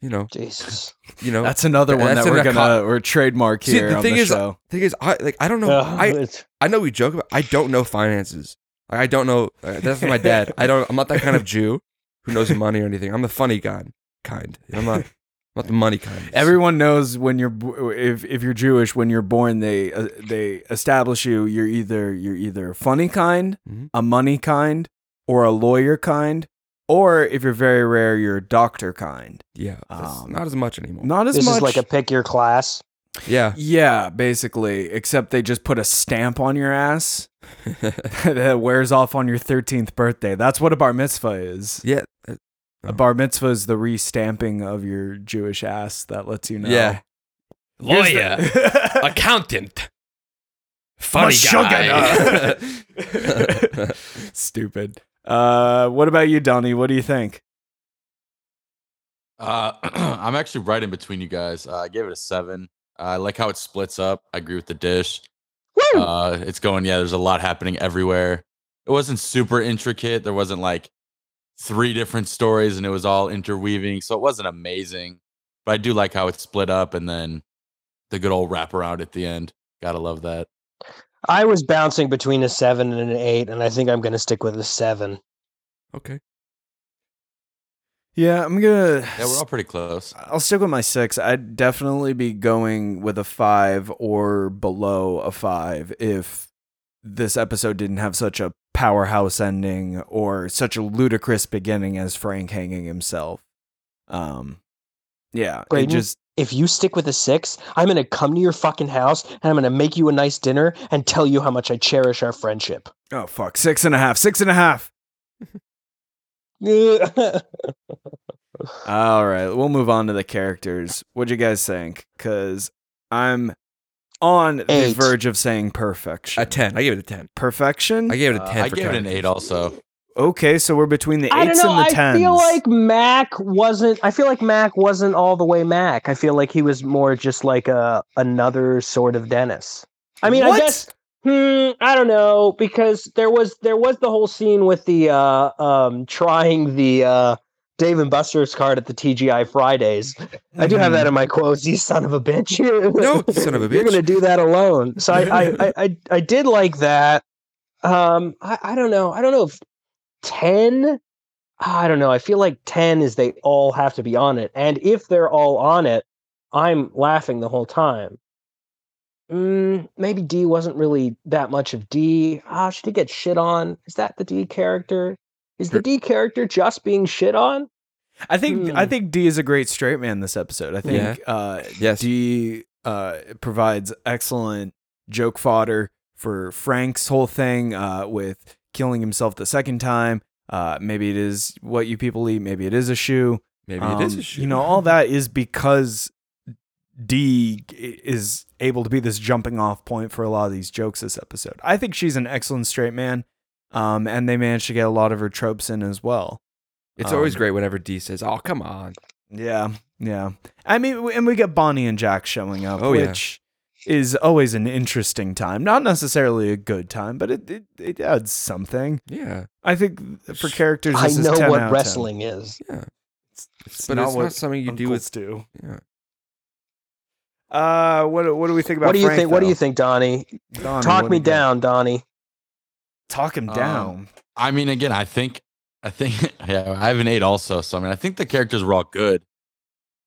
C: you know
A: jesus
C: you know
B: Oh, That's another one
C: That's
B: that we're
C: an eco-
B: gonna we're trademark
C: See,
B: here
C: the
B: on
C: thing
B: the
C: is,
B: show.
C: thing is I like I don't
A: (laughs)
C: know
A: Ugh,
C: I
A: it's-
C: I know we joke about. I don't know finances. Like, I don't know. uh, That's my dad. I don't. I'm not that
B: (laughs)
C: kind of Jew who knows money or anything. I'm the funny guy kind. I'm not. I'm not the
B: (laughs)
C: money kind.
B: Everyone knows when you're bo- if if you're Jewish when you're born they uh, they establish you you're either you're either a funny kind,
C: Mhm.
B: a money kind, or a lawyer kind, or if you're very rare you're a doctor kind.
C: yeah, that's
B: Um,
C: not as much anymore.
B: Not as
A: this
B: much
A: is like a pick your class
C: yeah,
B: yeah, basically, except they just put a stamp on your (laughs) ass that wears off on your 13th birthday. That's what a bar mitzvah is.
C: yeah, (laughs) uh,
B: (laughs) A bar mitzvah is the restamping of your Jewish ass that lets you know.
C: yeah.
H: Oh,
B: Here's the-
C: (laughs)
I: Lawyer, accountant, funny guy.
H: (laughs)
B: Mashugana. (laughs) Stupid. Uh, what about you, Donnie? What do you think?
H: Uh, (clears throat) I'm actually Uh, right in between you guys. Uh, I gave it a seven. I like how it splits up. I agree with the dish. Uh, it's going, yeah, there's a lot happening everywhere. It wasn't super intricate. There wasn't like three different stories and it was all interweaving. So it wasn't amazing. But I do like how it's split up and then the good old wraparound at the end. Gotta love that.
A: I was bouncing between a seven and an eight, and I think I'm going to stick with a seven.
C: Okay.
B: Yeah, I'm gonna.
H: Yeah, we're all pretty close.
B: I'll stick with my six. I'd definitely be going with a five or below a five if this episode didn't have such a powerhouse ending or such a ludicrous beginning as Frank hanging himself. Um, yeah, it
A: Brayden?
B: just
A: If you stick with a six, I'm going to come to your fucking house and I'm going to make you a nice dinner and tell you how much I cherish our friendship. (laughs)
B: oh fuck, six and a half, six and a half. All right, we'll move on to the characters. What'd you guys think? Because I'm on the
A: Eight.
B: verge of saying perfection.
C: A 10. I gave it a 10.
B: perfection.
C: I gave it a
H: Uh,
C: 10
H: I
C: for
H: gave it an
C: Kanye.
H: eight also.
B: okay, so we're between the
A: I don't
B: eights
A: know.
B: and the
A: I
B: tens.
A: feel like Mac wasn't. I feel like Mac wasn't all the way Mac. I feel like he was more just like a another sort of Dennis. I mean, I
F: What?
A: guess. Hmm. I don't know because there was there was the whole scene with the uh, um trying the uh, Dave and Buster's card at the TGI Fridays. I do have that in my quotes. You son of a bitch.
C: No,
A: (laughs)
C: son of a
A: You're
C: bitch.
A: gonna do that alone. So I
B: (laughs)
A: I, I, I I did like that. Um, I, I don't know. I don't know if ten. ah, I don't know. I feel like ten is they all have to be on it, and if they're all on it, I'm laughing the whole time. Mm, maybe D wasn't really that much of D. Ah, she did get shit on. Is that the D character? Is the D character just being shit on?
B: I think I
A: Hmm.
B: think D is a great straight man this episode. I think uh,
C: Yes.
B: D uh, provides excellent joke fodder for Frank's whole thing uh, with killing himself the second time. Uh, maybe it is what you people eat. Maybe it is a shoe.
C: Maybe it is
B: Um,
C: a shoe.
B: You know, all that is because D g- is able to be this jumping off point for a lot of these jokes this episode. I think she's an excellent straight man, um, and they managed to get a lot of her tropes in as well.
C: It's always
B: um,
C: great whenever D says, oh, come on.
B: Yeah, yeah. I mean, w- and we get Bonnie and Jack showing up,
C: Oh, yeah.
B: which is always an interesting time. Not necessarily a good time, but it it, it adds something.
C: Yeah.
B: I think th- for characters,
A: I
B: this is
A: know
B: 10 out
A: what
B: of 10.
A: wrestling is.
B: It's
C: But it's not something you do
B: uncles
C: with.
B: do.
C: Yeah.
B: Uh, what what do we think about?
A: What do you
B: Frank,
A: think? What do
B: though?
A: you think, Donnie?
B: Donnie,
A: Talk
B: what
A: me
B: do you think?
A: down, Donnie.
B: Talk him
H: Um,
B: down.
H: I mean, again, I think, I think, (laughs) yeah, I have an eight also. So I mean, I think the characters were all good.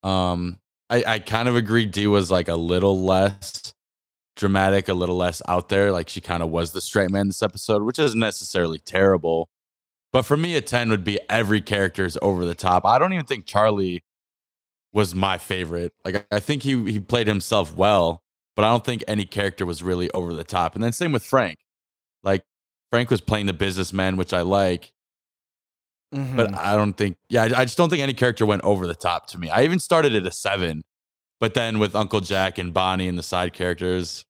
H: Um, I, I kind of agree. D was like a little less dramatic, a little less out there. Like she kind of was the straight man this episode, which isn't necessarily terrible. But for me, a ten would be every character is over the top. I don't even think Charlie was my favorite. Like I- I think he he played himself well, but I don't think any character was really over the top. And then same with Frank. Like Frank was playing the businessman, which I like,
A: mm-hmm.
H: but
B: Mhm.
H: I don't think, yeah, I, I just don't think any character went over the top to me. I even started at a seven, but then with Uncle Jack and Bonnie and the side characters,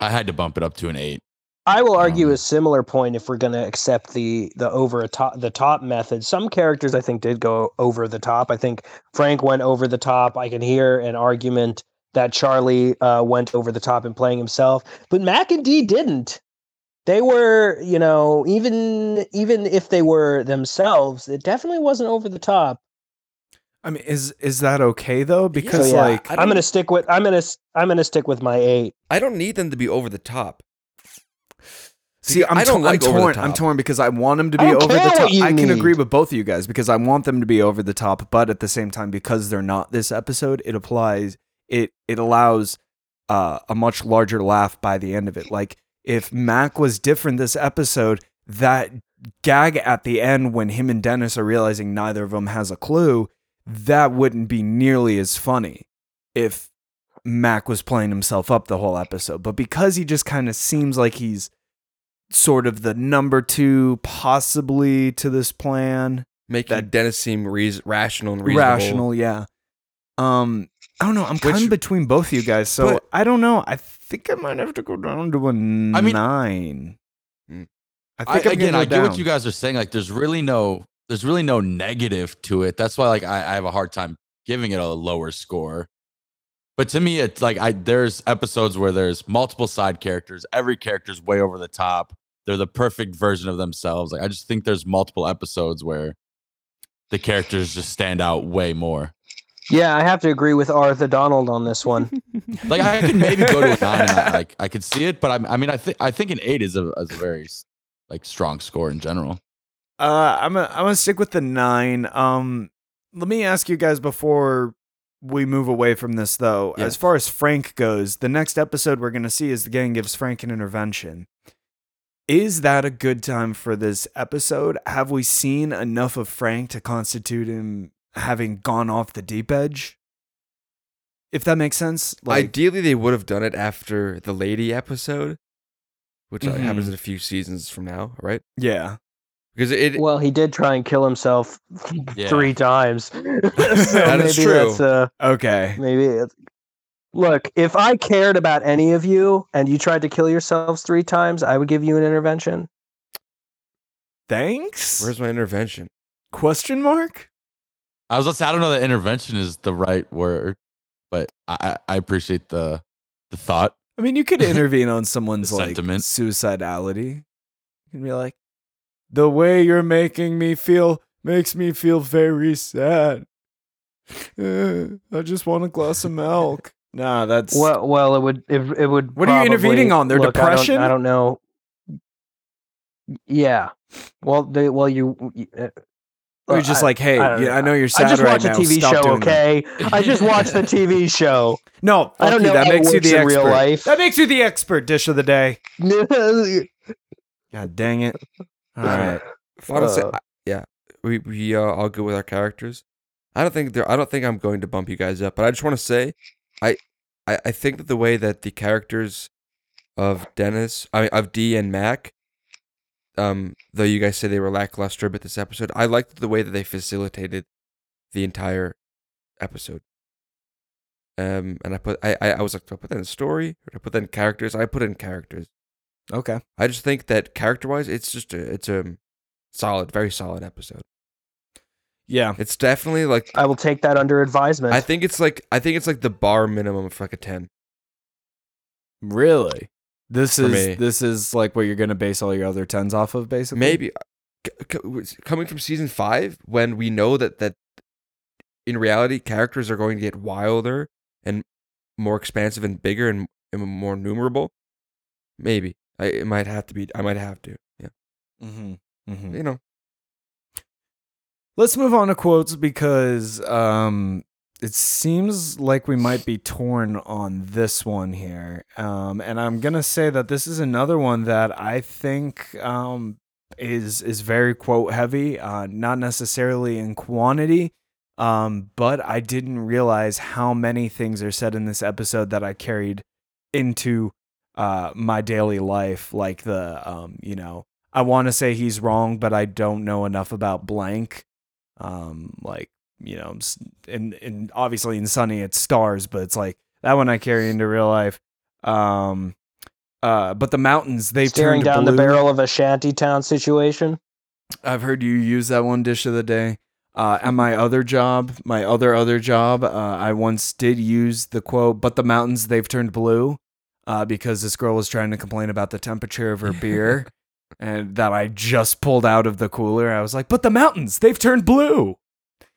H: I had to bump it up to an eight.
A: I will argue
H: Um,
A: a similar point if we're going to accept the the over a top the top method. Some characters I think did go over the top. I think Frank went over the top. I can hear an argument that Charlie uh, went over the top in playing himself, but Mac and D didn't. They were, you know, even even if they were themselves, it definitely wasn't over the top.
B: I mean, is is that okay though?
A: So
B: Because
A: yeah,
B: like,
A: I'm going to stick with I'm going to I'm going to stick with my 8.
C: I don't need them to be over the top.
B: See, I'm,
C: I don't
B: to-
C: like
B: I'm
C: over the
B: torn. I'm
C: top.
B: torn because I want them to be
A: I don't
B: over the
A: care
B: top.
A: what you
B: I can
A: need.
B: agree with both of you guys because I want them to be over the top, but at the same time, because they're not this episode, it applies. It it allows uh, a much larger laugh by the end of it. Like if Mac was different this episode, that gag at the end when him and Dennis are realizing neither of them has a clue, that wouldn't be nearly as funny if Mac was playing himself up the whole episode. But because he just kind of seems like he's sort of the number two, possibly to this plan,
C: Making
B: That-
C: Dennis seem reas rational and reasonable.
B: rational, yeah. Um, I don't know. I'm kind
C: Which-
B: of between both of you guys, so
C: but-
B: I don't know. I think I might have to go down to a
H: I mean-
B: nine.
C: Mm.
B: I
H: I,
B: think I, am
H: again,
B: gonna
H: I
B: go
H: get
B: down.
H: what you guys are saying. Like, there's really no, there's really no negative to it. That's why, like, I, I have a hard time giving it a lower score. But to me, it's like I there's episodes where there's multiple side characters. Every character's way over the top. They're the perfect version of themselves. Like I just think there's multiple episodes where the characters just stand out way more.
A: Yeah, I have to agree with Arthur Donald on this (laughs) one.
H: Like I could maybe go to a nine.
B: (laughs)
H: I, like I could see it, but I, I mean, I think I think an eight is a, is a very like strong score in general.
B: Uh, I'm gonna I'm gonna stick with the nine. Um, let me ask you guys before we move away from this, though.
C: Yes.
B: As far as Frank goes, the next episode we're gonna see is the gang gives Frank an intervention. Is that a good time for this episode? Have we seen enough of Frank to constitute him having gone off the deep edge? If that makes sense,
C: Ideally, they would have done it after the lady episode, which uh, happens in a few seasons from now, right?
B: yeah,
C: Because it
A: Well, he did try and kill himself
H: Yeah.
A: three times. (laughs) so
C: That is
A: maybe That's,
C: true.
A: uh,
B: okay,
A: maybe it's... Look, if I cared about any of you and you tried to kill yourselves three times, I would give you an intervention.
B: thanks.
C: where's my intervention?
B: question mark?
H: I was gonna say I don't know that intervention is the right word, but I I I appreciate the the thought.
B: I mean, you (laughs) could intervene on someone's
H: The
B: like
H: sentiment.
B: suicidality. You can be like, "The way you're making me feel makes me feel very sad. (sighs) Uh, I just want a glass of milk." (laughs) Nah, that's
A: Well, well, it would. It, it would.
B: What are you intervening
A: probably-
B: on? Their
A: look, I don't-
B: depression?
A: I don't, know. Yeah. Well, they, well, you. you- uh,
B: you're
A: well,
B: just
A: I-
B: like, "Hey,
A: I don't
B: yeah,
A: know.
B: I know you're
A: I
B: sad
A: just
B: right
A: watch
B: now.
A: a TV
B: Stop
A: show,
B: doing that."
A: okay? I just watched
B: (laughs)
A: the TV show. (laughs)
B: No,
A: I
B: fuck
A: don't
B: you.
A: know
B: That
A: how it
B: makes you
A: works
B: the
A: in real
B: expert.
A: life.
B: That makes you the expert. Dish of the day. God dang (laughs) it! All right.
C: Well, I don't say-
A: Uh,
C: I- yeah, we we uh, all good with our characters. I don't think there. I don't think I'm going to bump you guys up, but I just want to say, I, I I think that the way that the characters of Dennis, I mean, of D and Mac, um, though you guys say they were lackluster, but this episode, I liked the way that they facilitated the entire episode. Um, and I put I I, I was like, do I put that in story or do I put that in characters? I put it in characters.
B: Okay.
C: I just think that character wise, it's just a, it's a solid, very solid episode.
B: Yeah.
C: It's definitely like
A: I will take that under advisement.
C: I think it's like I think it's like the bar minimum of like a ten.
B: Really? This
C: For
B: is
C: me.
B: this is like what you're gonna base all your other tens off of, basically.
C: Maybe c- c- it's coming from season five, when we know that that in reality characters are going to get wilder and more expansive and bigger and, and more numerable. Maybe I it might have to be. I might have to. Yeah,
B: Mm-hmm. Mm-hmm.
A: Mm.
C: you know.
B: Let's move on to quotes because um, it seems like we might be torn on this one here. Um, and I'm gonna say that this is another one that I think um, is is very quote heavy, uh, not necessarily in quantity. Um, but I didn't realize how many things are said in this episode that I carried into uh, my daily life, like the um, you know, I want to say he's wrong, but I don't know enough about blank. Um, like you know, s- and and obviously in Sunny it's stars, but it's like that one I carry into real life. Um, uh, but the mountains they
A: staring
B: turned
A: down
B: blue.
A: the barrel of a shanty town situation.
B: I've heard you use that one dish of the day. Uh, at my other job, my other other job, uh, I once did use the quote, "But the mountains they've turned blue," uh, because this girl was trying to complain about the temperature
H: (laughs)
B: of her beer, and that I just pulled out of the cooler. I was like, "But the mountains they've turned blue."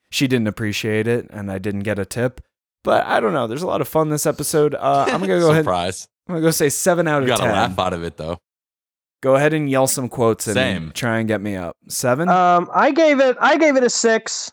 B: She didn't appreciate it, and I didn't get a tip. But I don't know. There's a lot of fun this episode. Uh, I'm
H: (laughs)
B: gonna go ahead. I'm
H: Surprise!
B: gonna go say seven out
H: You
B: of
H: got a
B: ten.
H: laugh out of it though.
B: Go ahead and yell some quotes and
H: Same.
B: try and get me up. Seven.
A: Um, I gave it. I gave it a six.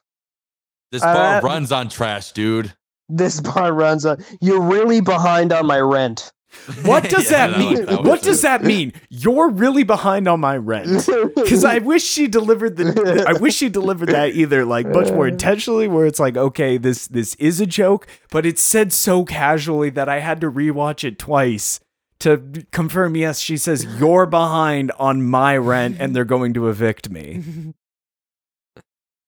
A: (laughs)
H: This
A: Uh,
H: bar
A: that-
H: runs on trash, dude. (laughs)
A: This bar runs on. You're really behind on my rent. (laughs)
B: (laughs) What does
H: Yeah,
B: that
H: I like
B: mean?
H: that one
B: what
H: too.
B: does that mean? You're really behind on
A: (laughs)
B: my rent. Because I wish she delivered the. I wish she delivered that either like much
A: Uh.
B: more intentionally, where it's like, okay, this this is a joke, but it's said so casually that I had to rewatch it twice to confirm. Yes, she says you're behind on my rent, and they're going to evict me.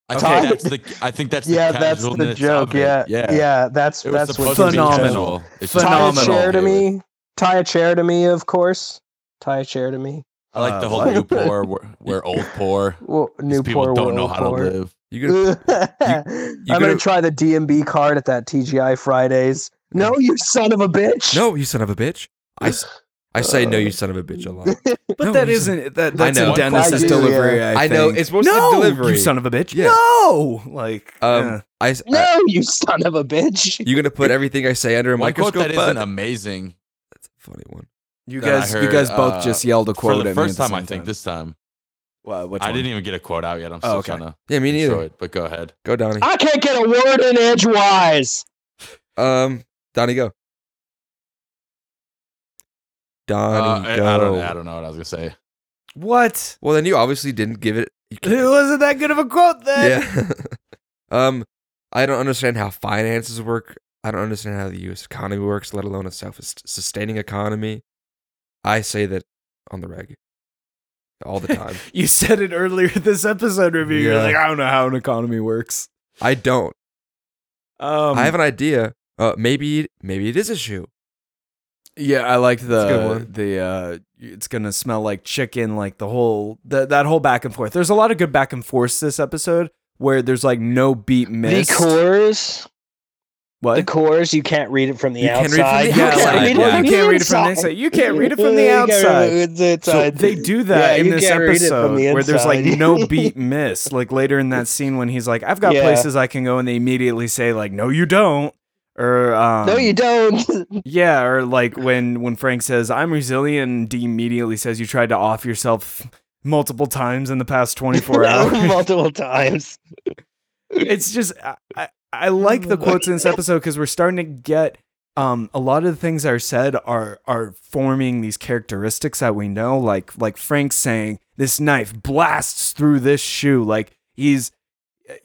H: I
A: Okay.
H: think that's the. I think that's
A: yeah,
H: the
A: that's the
H: casualness
A: joke.
H: of it.
A: Yeah,
H: yeah,
A: yeah, That's
H: It was
A: that's
H: supposed
A: what
H: to be
B: Phenomenal.
H: casual. It's just
A: Tie a
B: Phenomenal.
A: chair to
H: casual.
A: me. Tie a chair to me, of course. Tie a chair to me.
H: I like
B: Uh,
A: (laughs)
H: the whole
A: what?
H: new poor. We're, we're old poor.
A: Well,
H: These
A: new
H: people
A: poor
H: don't know
A: world
H: how
A: poor. (laughs)
H: to live.
A: Uh,
C: You could
A: I'm gonna
C: could've-
A: try the DMB card at that TGI Fridays. No, you son of a bitch.
C: No, you son of a bitch. I, s- I say no, you son of a
A: (laughs)
C: bitch a lot.
B: But (laughs)
C: No,
B: that
C: you son-
B: isn't that, that's
C: know.
B: a dentist's
A: I do,
B: delivery. I,
C: I know,
B: think.
C: it's mostly
B: no,
C: delivery.
B: You son of a bitch.
C: Yeah.
B: No, like
C: Um,
B: yeah.
C: I, s- I-
B: Uh,
A: No, you son of a bitch.
C: you gonna put everything I say under a
H: One quote
C: microscope?
H: that isn't
C: bud?
H: amazing.
C: That's a funny one.
B: you
H: that I
B: guys, you
H: heard,
B: guys both
H: uh,
B: just yelled a quote
H: For the
B: at
H: first
B: me at
H: time,
B: the
H: I
B: same
H: think
B: time.
H: this time.
B: Wow, which
H: I
B: one?
H: didn't even get a quote out yet. I'm still
B: Oh, okay.
H: trying to
C: Yeah, me neither.
H: show it, but go ahead.
C: Go Donnie.
H: Ah!
A: I can't get a word in edgewise.
C: Um, Donnie, go.
H: Uh,
C: Donnie,
H: I,
C: go.
H: I don't, I don't know what I was gonna say.
B: What?
C: Well, then you obviously didn't give it. You
B: (laughs) It
C: can't-
B: wasn't that good of a quote then.
C: yeah. (laughs) um, I don't understand how finances work. I don't understand how the U.S. economy works, let alone a self-sustaining economy. I say that on the reg all the time.
B: You said it earlier this episode review. You're
C: Yeah.
B: like, I don't know how an economy works.
C: I don't.
B: Um,
C: I have an idea. Uh, maybe maybe it is a shoe.
B: Yeah, I like
C: a good
B: the
C: one.
B: the uh it's gonna smell like chicken, like the whole that that whole back and forth. There's a lot of good back and forth this episode where there's like no beat miss.
A: The cores, the
B: What?
A: cores, you can't read it from the
C: You can't read from
A: outside.
C: the
A: You
C: outside,
A: can't read
C: yeah.
A: it from the
B: You can't read it from
A: inside.
B: the inside. (laughs) You can't read it from
A: (laughs)
B: the
A: You can't read
B: outside.
A: it from the
B: So
A: inside.
B: they do that
A: Yeah,
B: in
A: you
B: this
A: can't read it from
B: episode
A: the
B: where there's like
A: inside. (laughs)
B: no beat miss. Like later in that scene when he's like, "I've got
A: Yeah.
B: places I can go," and they immediately say like, "No, you don't," or um,
A: no, you
B: (laughs)
A: don't.
B: Yeah, or like when when Frank says, "I'm resilient," and Dee immediately says, "You tried to off yourself multiple times in the past
A: (laughs)
B: 24 hours."
A: multiple
B: (laughs)
A: times.
B: it's just I, I, I like the quotes in this episode because we're starting to get um a lot of the things that are said are are forming these characteristics that we know, like like Frank saying, "This knife blasts through this shoe," like he's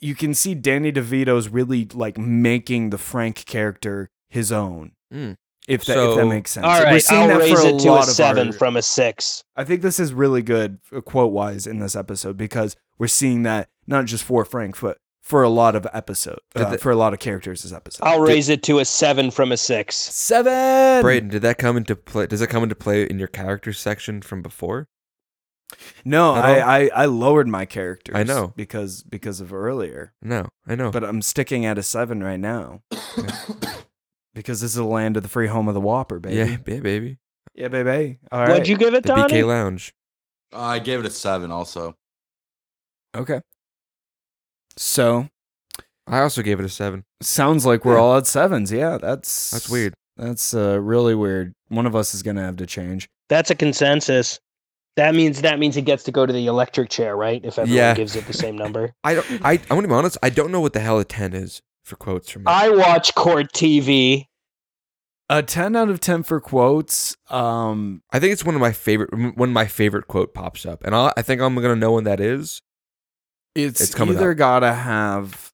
B: you can see Danny DeVito's really like making the Frank character his own.
C: Mm.
B: If, that, if that
C: So-
B: makes sense.
A: All right,
B: seeing
A: I'll
B: that for
A: raise it to
B: lot
A: a
B: of
A: seven
B: our-
A: from a six.
B: I think this is really good quote wise in this episode because we're seeing that not just for Frank, but for a lot of episode,
C: Did
B: uh,
C: the-
B: for a lot of characters this episode.
A: I'll raise it to a seven from a six.
B: Seven.
C: Brayden, did that come into play? Does that come into play in your character section from before?
B: No,
C: At
B: I, I I lowered my characters.
C: I know. Oh.
B: because because of earlier,
C: No, I know.
B: but I'm sticking at a seven right
C: (coughs)
B: now because this is the land of the free, home of the Whopper, baby.
C: yeah, yeah, baby.
B: yeah, baby. All right.
A: What'd you give it,
C: The
A: Donnie?
C: BK Lounge.
H: I gave it a seven. Also,
B: okay. So
C: I also gave it a seven.
B: sounds like we're
C: Yeah.
B: all at sevens. Yeah, that's
C: That's weird.
B: That's uh, really weird. One of us is gonna have to change.
A: That's a consensus. That means that means it gets to go to the electric chair, right? If everyone
C: Yeah.
A: gives it the same number.
C: (laughs)
B: (laughs)
C: I don't. I. I'm gonna be honest. I don't know what the hell a ten is for quotes from.
A: I watch court TV.
B: A ten out of ten for quotes. Um,
C: I think it's one of my favorite. When my favorite quote pops up, and I, I think I'm gonna know when that is.
B: it's,
C: It's coming
B: either
C: up.
B: gotta have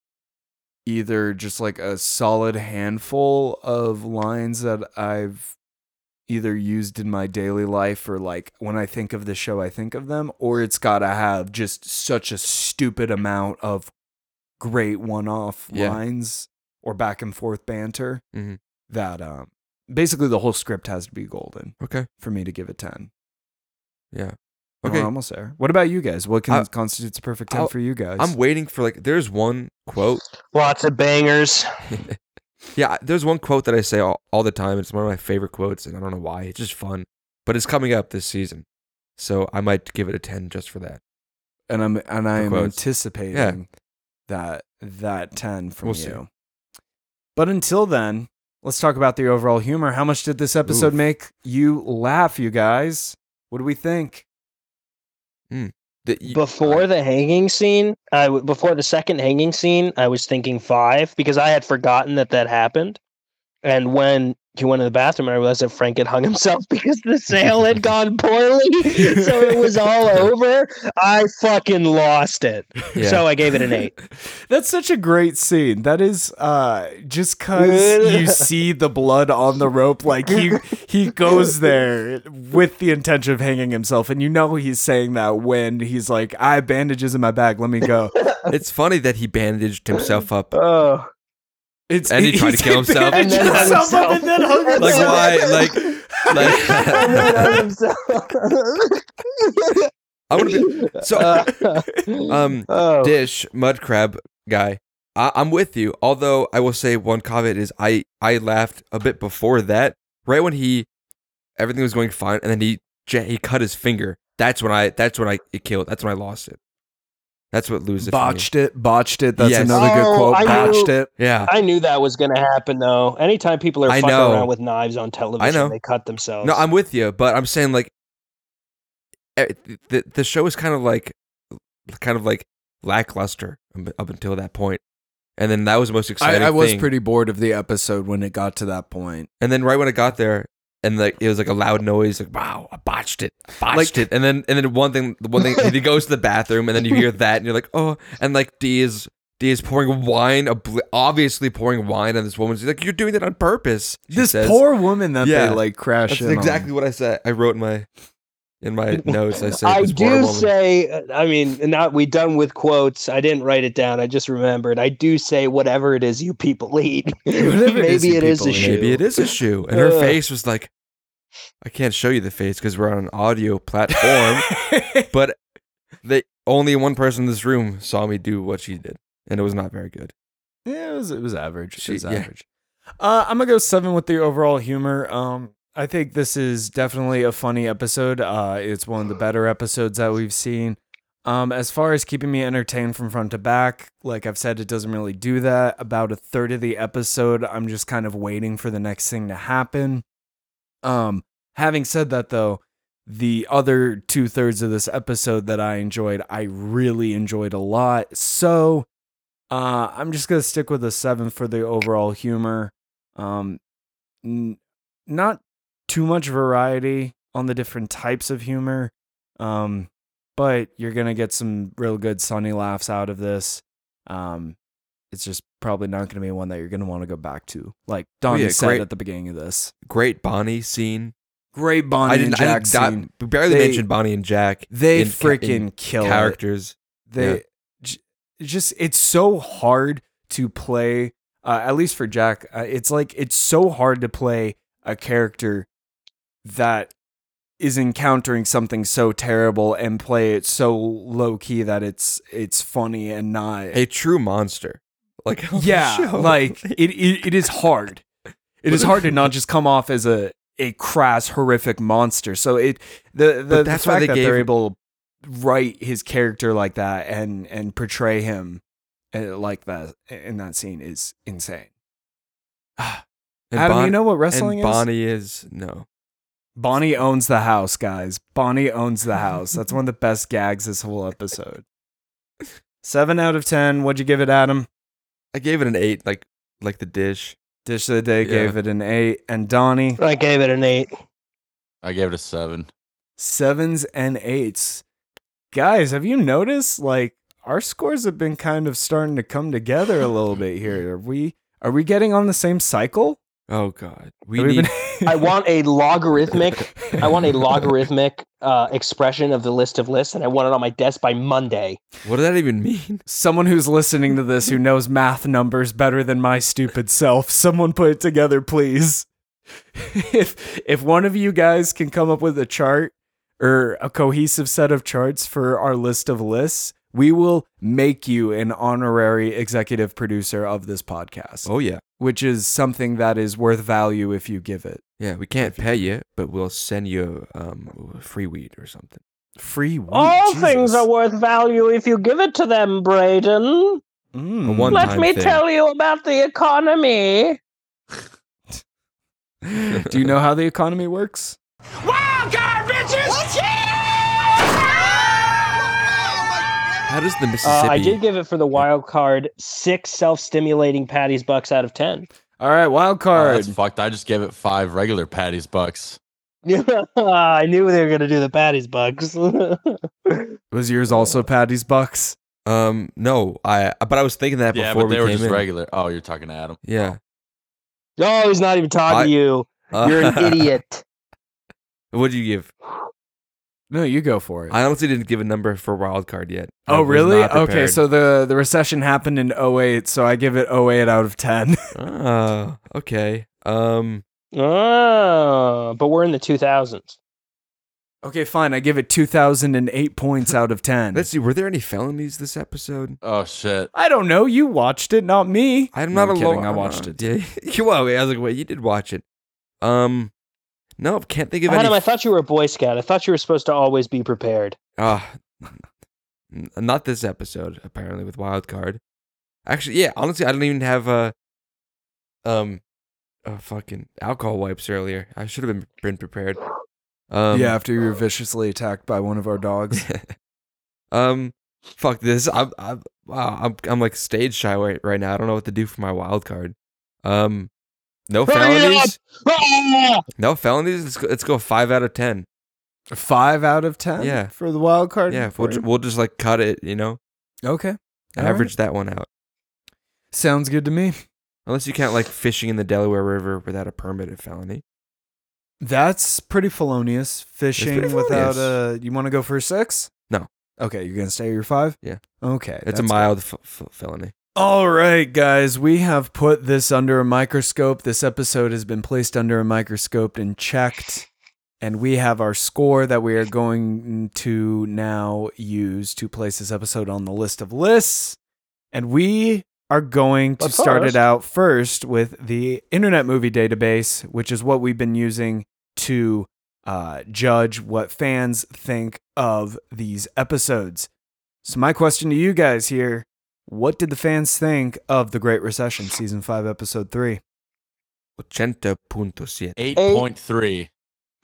B: either just like a solid handful of lines that I've either used in my daily life or like when I think of the show, I think of them, or it's gotta have just such a stupid amount of great one-off
C: Yeah.
B: lines or back and forth banter
C: Mhm.
B: that um, basically the whole script has to be golden
C: Okay.
B: for me to give a ten.
C: Yeah.
B: Okay.
C: Okay.
B: We're Oh, almost there. What about you guys? What can
C: I-
B: constitutes a perfect 10
C: I'll-
B: for you guys?
C: I'm waiting for like. There's one quote.
A: Lots of bangers.
C: Yeah. There's one quote that I say all, all the time. It's one of my favorite quotes, and I don't know why. It's just fun. But it's coming up this season, so I might give it a ten just for that.
B: and I'm and I am
C: quotes.
B: anticipating that that 10 from
C: We'll
B: you.
C: see.
B: But until then, let's talk about the overall humor. How much did this episode
C: Oof.
B: make you laugh, you guys? What do we think?
C: That you-
A: before the hanging scene, I w- before the second hanging scene, I was thinking five because I had forgotten that that happened. And when he went to the bathroom, I realized that Frank had hung himself (laughs) because the sale
C: (laughs)
A: had gone poorly, so it was all over. I fucking lost it,
C: Yeah.
A: so I gave it an eight.
B: (laughs) That's such a great scene. That is uh just cuz you see the blood on the rope like he he goes there with the intention of hanging himself and you know he's saying that when he's like I have bandages in my bag, let me go.
C: (laughs) it's funny that he bandaged himself up.
A: Oh,
B: It's
C: And he tried to
B: he's-
C: kill himself.
B: bandaged
A: And then hung
B: himself up
A: himself.
B: and then hung
A: Like,
C: Like
B: himself.
C: why? Like
A: and then (laughs) hung
C: like. (laughs)
A: himself.
C: I would be so.
A: Uh,
C: Um,
A: oh.
C: (laughs) Dish mud crab guy. I, I'm with you. Although I will say one caveat is I I laughed a bit before that. Right when he everything was going fine, and then he ja- he cut his finger. That's when I that's when I it killed. That's when I lost it. That's what loses it. for me.
B: Botched it, botched it. That's
C: Yes.
B: another
A: Oh,
B: good quote.
A: I knew-
B: botched it.
C: Yeah.
A: I knew that was going to happen, though. Anytime people are
C: I
A: fucking
C: know.
A: around with knives on television,
C: know.
A: they cut themselves.
C: No, I'm with you, but I'm saying like eh, the the show is kind of like kind of like lackluster up- up until that point, and then that was the most exciting.
B: I, I was
C: thing.
B: pretty bored of the episode when it got to that point.
C: and then right when I got there, and like it was like a loud noise, like wow, I botched it, I botched
B: Like-
C: it, and then and then one thing, the one thing, he goes to the bathroom, and then you hear that, and you're like, oh, and like D is. D is pouring wine, obli- obviously pouring wine on this woman. She's like, "You're doing that on purpose." she
B: this
C: says.
B: poor woman that
C: Yeah.
B: they like crash
C: That's
B: in on. (laughs)
C: exactly what I said. I wrote in my
A: (laughs)
C: in my notes. I said,
A: I
C: "This poor
A: do
C: woman."
A: say, uh, I mean, not we done with quotes. I didn't write it down. I just remembered. I do say whatever it is you people
C: (laughs)
A: eat.
B: Whatever it is
A: Maybe
B: you
A: it is
B: people
A: a
B: eat.
A: shoe.
C: Maybe it is a shoe. And her
A: Ugh.
C: face was like, I can't show you the face because we're on an
B: (laughs)
C: audio platform, but the only one person in this room saw me do what she did, and it was not very good.
B: Yeah, it was it was average. It
C: She-
B: was
C: yeah.
B: average. Uh, I'm gonna go seven with the overall humor. Um, I think this is definitely a funny episode. Uh, it's one of the better episodes that we've seen. Um, as far as keeping me entertained from front to back, like I've said, it doesn't really do that. About a third of the episode, I'm just kind of waiting for the next thing to happen. Um, having said that, though, the other two thirds of this episode that I enjoyed, I really enjoyed a lot. So, uh, I'm just gonna stick with a seven for the overall humor. Um, n- not too much variety on the different types of humor. Um, but you're gonna get some real good sunny laughs out of this. Um, it's just probably not gonna be one that you're gonna want to go back to, like Donnie
C: Oh, yeah,
B: said
C: great-
B: at the beginning of this.
C: Great Bonnie scene.
B: Great Bonnie
C: I didn't,
B: and Jack
C: I
B: scene.
C: didn't, I barely
B: They-
C: mentioned Bonnie and Jack.
B: They
C: in ca-
B: freaking
C: in
B: kill it.
C: characters.
B: they
C: Yeah.
B: j- just it's so hard to play uh, at least for jack uh, it's like it's so hard to play a character that is encountering something so terrible and play it so low key that it's it's funny and not
C: A true monster. Like (laughs) on the
B: yeah
C: show.
B: like it, it it is hard it is hard to not just come off as a a crass horrific monster so it the the,
C: that's
B: that's
C: why
B: fact
C: they
B: that
C: gave-
B: they're able to write his character like that and and portray him uh, like that in that scene is insane
C: And
B: adam
C: Bon-
B: you know what
C: and
B: wrestling is
C: Bonnie is no.
B: bonnie owns the house guys bonnie owns the house that's one of the best gags this whole episode seven out of ten what'd you give it adam
C: I gave it an eight, like like the dish.
B: dish of the day
C: Yeah.
B: gave it an eight and donnie
A: I gave it an eight.
H: I gave it a seven.
B: sevens and eights. Guys, have you noticed like our scores have been kind of starting to come together a little bit here? Are we are we getting on the same cycle?
C: Oh god. We
B: Have we
C: need
B: been- (laughs)
A: I want a logarithmic. I want
C: (laughs)
A: a logarithmic uh, expression of the list of lists, and I want it on my desk by Monday.
C: what does that even mean?
B: someone who's listening to this who knows math numbers better than my stupid self. Someone put it together, please. (laughs) if if one of you guys can come up with a chart or a cohesive set of charts for our list of lists, we will make you an honorary executive producer of this podcast.
C: Oh yeah.
B: which is something that is worth value if you give it.
C: Yeah, we can't pay you, but we'll send you um free weed or something.
B: Free weed.
A: All
B: Jesus.
A: things are worth value if you give it to them, Braden.
B: Mm.
C: A one-
A: Let me
C: thing.
A: tell you about the economy.
B: (laughs)
A: Uh,
B: Do you know how the economy works?
D: Wild card, bitches!
C: How does the
A: Uh,
C: Mississippi?
A: I did give it for the wild card six self-stimulating Patty's bucks out of ten. (laughs)
B: All right,
C: Uh,
B: wild
H: Oh,
B: card.
H: that's fucked. I just gave it five regular Patty's bucks.
A: I knew they were gonna do the Patty's bucks. (laughs)
B: Was yours also Patty's bucks?
C: um, no, I. But I was thinking that
H: yeah,
C: before
H: but they
C: we
H: were
C: came
H: just
C: in.
H: regular. Oh, you're talking to Adam.
C: Yeah,
A: oh, he's not even talking
C: I-
A: to
C: (laughs)
A: you. (laughs) You're an idiot.
C: what did Uh, you give?
B: No, you go for it.
C: I honestly didn't give a number for wild card yet. I
B: oh,
C: was
B: really?
C: not
B: Okay,
C: prepared.
B: so the the recession happened in 08, so I give it 08 out of 10.
C: Ah, okay. Um,
A: Ah, Oh, but we're in the two thousands.
B: (laughs) Okay, fine. I give it 2008 points out of
C: (laughs)
B: 10.
C: Let's see. Were there any felonies this episode?
H: Oh shit.
B: I don't know. You watched it, not me.
C: I'm
B: No,
C: not a
B: kidding.
C: lawyer.
B: I
C: (laughs)
B: watched it.
C: Yeah. you- well, I was like, wait, you did watch it. Um, no, can't think of
A: Adam,
C: any.
A: I thought you were a Boy Scout. I thought you were supposed to always be prepared.
C: Ah, n- not this episode. Apparently, with Wild Card. Actually, yeah. Honestly, I don't even have a, um, a fucking alcohol wipes earlier. I should have been been prepared. Um,
B: yeah, after you were viciously attacked by one of our
C: (laughs)
B: dogs.
C: um, fuck this. I'm I'm wow. I'm I'm like stage shy right, right now. I don't know what to do for my wild card. Um, no
A: Hurry it
C: felonies.
A: Ah!
C: No felonies. Let's go, let's go five out of ten.
B: Five out of 10
C: Yeah.
B: for the wild card?
C: Yeah, we'll,
B: For-
C: ju- we'll just like cut it. You know,
B: okay. All right.
C: average that one out.
B: Sounds good to me.
C: Unless you count like fishing in the Delaware River without a permit, a felony.
B: That's pretty felonious. Fishing
C: pretty
B: without a.
C: felonious.
B: You want to go for a six?
C: No.
B: Okay, you're gonna stay at your five.
C: Yeah.
B: Okay,
C: It's
B: that's
C: a
B: good.
C: mild f- f- felony.
B: All right, guys, we have put this under a microscope. This episode has been placed under a microscope and checked. And we have our score that we are going to now use to place this episode on the list of lists. And we are going to
A: But
B: start it
A: first-
B: out first with the Internet Movie Database, which is what we've been using to uh, judge what fans think of these episodes. So, my question to you guys here what did the fans think of The Great Recession, Season 5, Episode 3?
C: Ochenta punto siete.
H: Eight point three.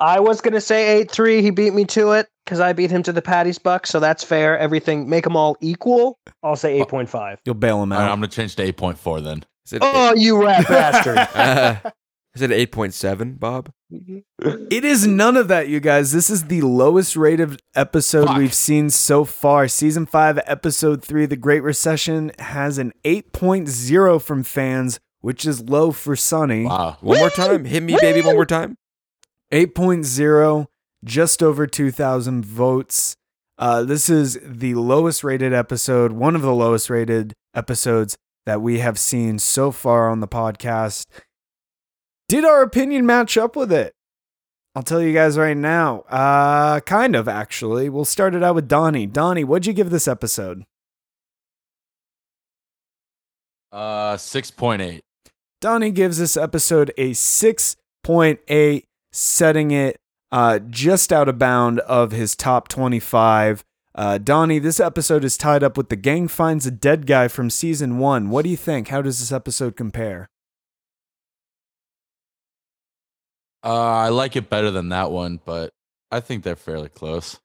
A: I was gonna say eight three. He beat me to it because I beat him to the Patty's buck. So that's fair. Everything make them all equal. I'll say eight point five.
B: You'll bail them
H: All right, I'm
B: out.
H: gonna change to eight point four then.
C: Is it,
A: (laughs) Oh, you
B: (laughs)
A: rat bastard!
C: uh, is it eight point seven, Bob?
B: It is none of that, you guys. This is the lowest rated episode
H: Fuck.
B: we've seen so far. Season 5, Episode 3, The Great Recession, has an 8.0 from fans, which is low for Sunny.
C: Mm-hmm.
H: Wow.
C: One more time, hit me, baby. One more time.
B: 8.0, just over 2,000 votes. Uh, this is the lowest rated episode, one of the lowest rated episodes that we have seen so far on the podcast. Did our opinion match up with it? I'll tell you guys right now. Uh, kind of, actually. We'll start it out with Donnie. Donnie, what'd you give this episode?
H: Uh, six point eight.
B: Donnie gives this episode a 6.8, setting it uh, just out of bound of his top 25. Uh, Donnie, this episode is tied up with The Gang Finds a Dead Guy from season one. What do you think? How does this episode compare?
H: Uh, I like it better than that one, but I think they're fairly close.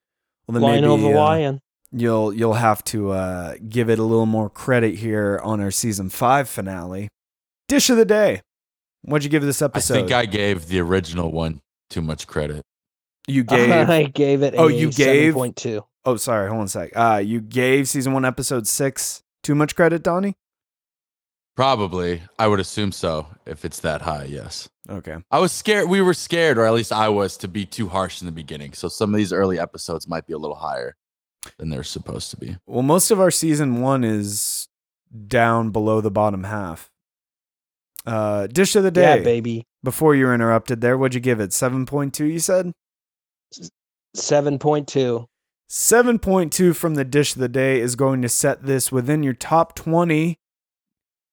B: Well,
A: (laughs) Lion over
B: uh,
A: lion. (laughs)
B: you'll, you'll have to uh, give it a little more credit here on our season five finale. Dish of the day. What'd you give this episode?
H: I think I gave the original one too much credit.
B: you gave.
A: (laughs) I gave it.
B: Oh, you gave?
A: point two.
B: Oh, sorry. Hold on a sec. Uh, you gave season one, episode six, too much credit, Donnie?
H: Probably, I would assume so. If it's that high, yes.
B: Okay.
H: I was scared. We were scared, or at least I was, to be too harsh in the beginning. So some of these early episodes might be a little higher than they're supposed to be.
B: Well, most of our season one is down below the bottom half. Uh, dish of the
A: Yeah,
B: day.
A: baby.
B: Before you were interrupted, there, what'd you give it? Seven point two. You said
A: Seven point two.
B: seven point two from the dish of the day is going to set this within your top twenty.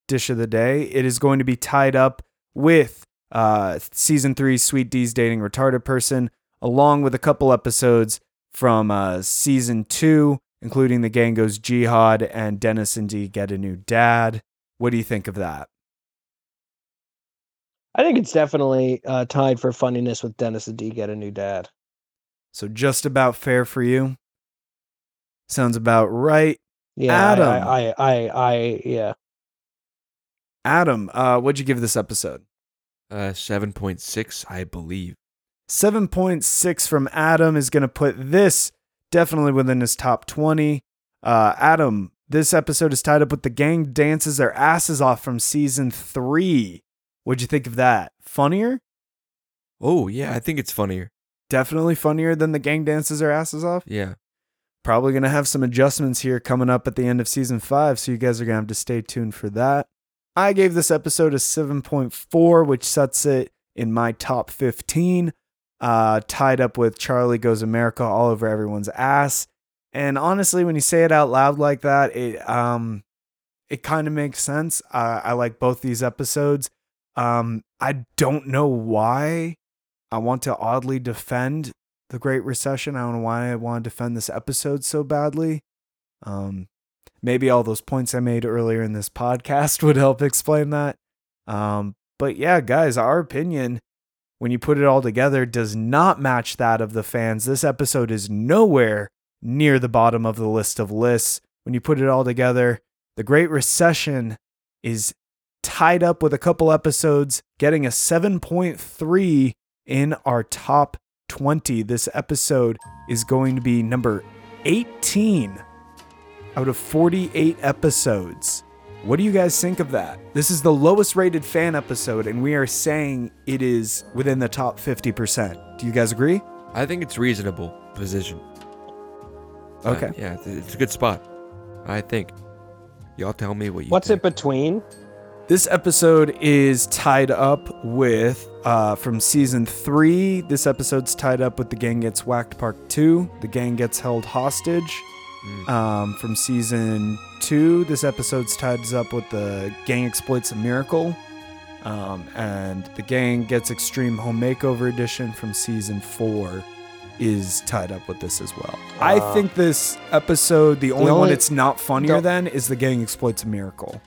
B: Dish of the day. It is going to be tied up with uh, season three, Sweet D's dating retarded person, along with a couple episodes from uh, season two, including the gang goes jihad and Dennis and D get a new dad. What do you think of that?
A: I think it's definitely uh, tied for funniness with Dennis and D get a new dad.
B: So just about fair for you. Sounds about right.
A: Yeah, I-
B: Adam.
A: I, I, I, I, yeah.
B: Adam, uh, what'd you give this episode?
C: Uh, seven point six, I believe.
B: 7.6 from Adam is going to put this definitely within his top 20. Uh, Adam, this episode is tied up with the gang dances their asses off from season three. What'd you think of that? Funnier?
C: Oh yeah, I think it's funnier.
B: Definitely funnier than the gang dances their asses off.
C: Yeah.
B: Probably going to have some adjustments here coming up at the end of season five, so you guys are going to have to stay tuned for that. I gave this episode a 7.4, which sets it in my top 15. uh, tied up with Charlie Goes America all over everyone's ass. And honestly, when you say it out loud like that, it um, it kind of makes sense. Uh, I like both these episodes. Um, I don't know why I want to oddly defend the Great Recession. I don't know why I want to defend this episode so badly. Um, maybe all those points I made earlier in this podcast (laughs) would help explain that. Um, but yeah, guys, our opinion, when you put it all together, does not match that of the fans. This episode is nowhere near the bottom of the list of lists. When you put it all together, the Great Recession is tied up with a couple episodes, getting a 7.3 in our top 20. This episode is going to be number 18 out of 48 episodes. What do you guys think of that? This is the lowest rated fan episode, and we are saying it is within the top 50%. Do you guys agree?
C: I think it's reasonable position. Uh,
B: Okay.
C: yeah, it's- it's a good spot. I think. Y'all tell me what you.
A: What's it
C: think.
A: between?
B: This episode is tied up with uh, from season three. This episode's tied up with the gang gets whacked part two. The gang gets held hostage.
A: Mm.
B: Um, from season two, this episode's tied up with the gang exploits a miracle, um, and the gang gets extreme home makeover edition from season four is tied up with this as well. I think this episode, the only, one
A: Uh, only-
B: it's not funnier
A: the-
B: than, is the gang exploits a miracle.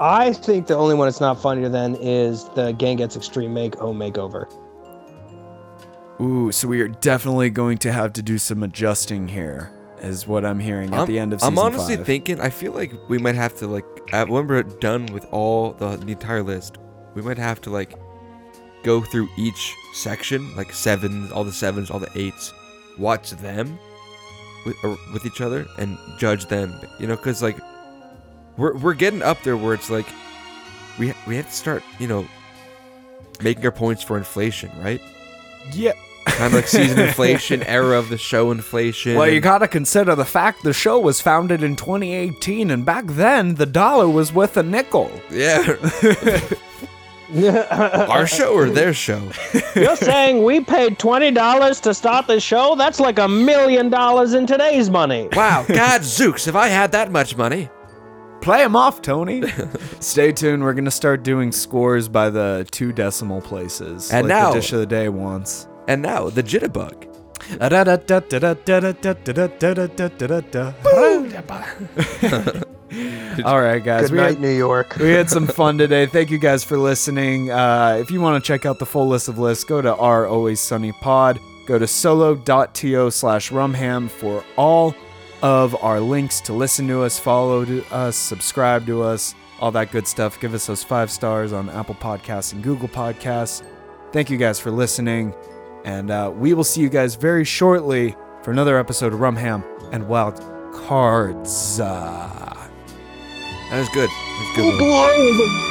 A: I think the only one that's not funnier than is the Gang Gets Extreme Make Home Makeover.
B: Ooh, so we are definitely going to have to do some adjusting here, is what I'm hearing at
C: I'm,
B: the end of
C: I'm
B: season
C: honestly
B: five.
C: thinking. I feel like we might have to like. I when we're done with all the the entire list, we might have to like go through each section, like sevens, all the sevens, all the eights, watch them with or, with each other and judge them. You know, because like we're we're getting up there where it's like we we have to start. You know, making our points for inflation, right?
B: yeah.
C: Kind of
B: (laughs)
C: like season inflation, era of the show inflation.
B: Well, you
C: and-
B: gotta consider the fact the show was founded in 2018, and back then the dollar was worth a nickel.
C: yeah. our show or their show?
A: You're saying we paid twenty dollars to start the show? That's like a million dollars in today's money.
C: Wow, God Zooks, if I had that much money.
B: Play them off,
C: (laughs)
B: Tony. Stay tuned. We're gonna start doing scores by the two decimal places,
C: And
B: like
C: now-
B: the dish of the day wants.
C: And now, the jitterbug.
B: All right, guys.
A: Good
B: we had-
A: night, New York.
B: we had some fun today. Thank you guys for listening. Uh, if you want to check out the full list of lists, go to our Always Sunny Pod. Go to solo.to slash rumham for all of our links to listen to us, follow to us, subscribe to us, all that good stuff. Give us those five stars on Apple Podcasts and Google Podcasts. Thank you guys for listening. And uh, we will see you guys very shortly for another episode of Rumham and Wild Cards. Uh,
C: That was good. That was a good. one.
A: Boy, is it-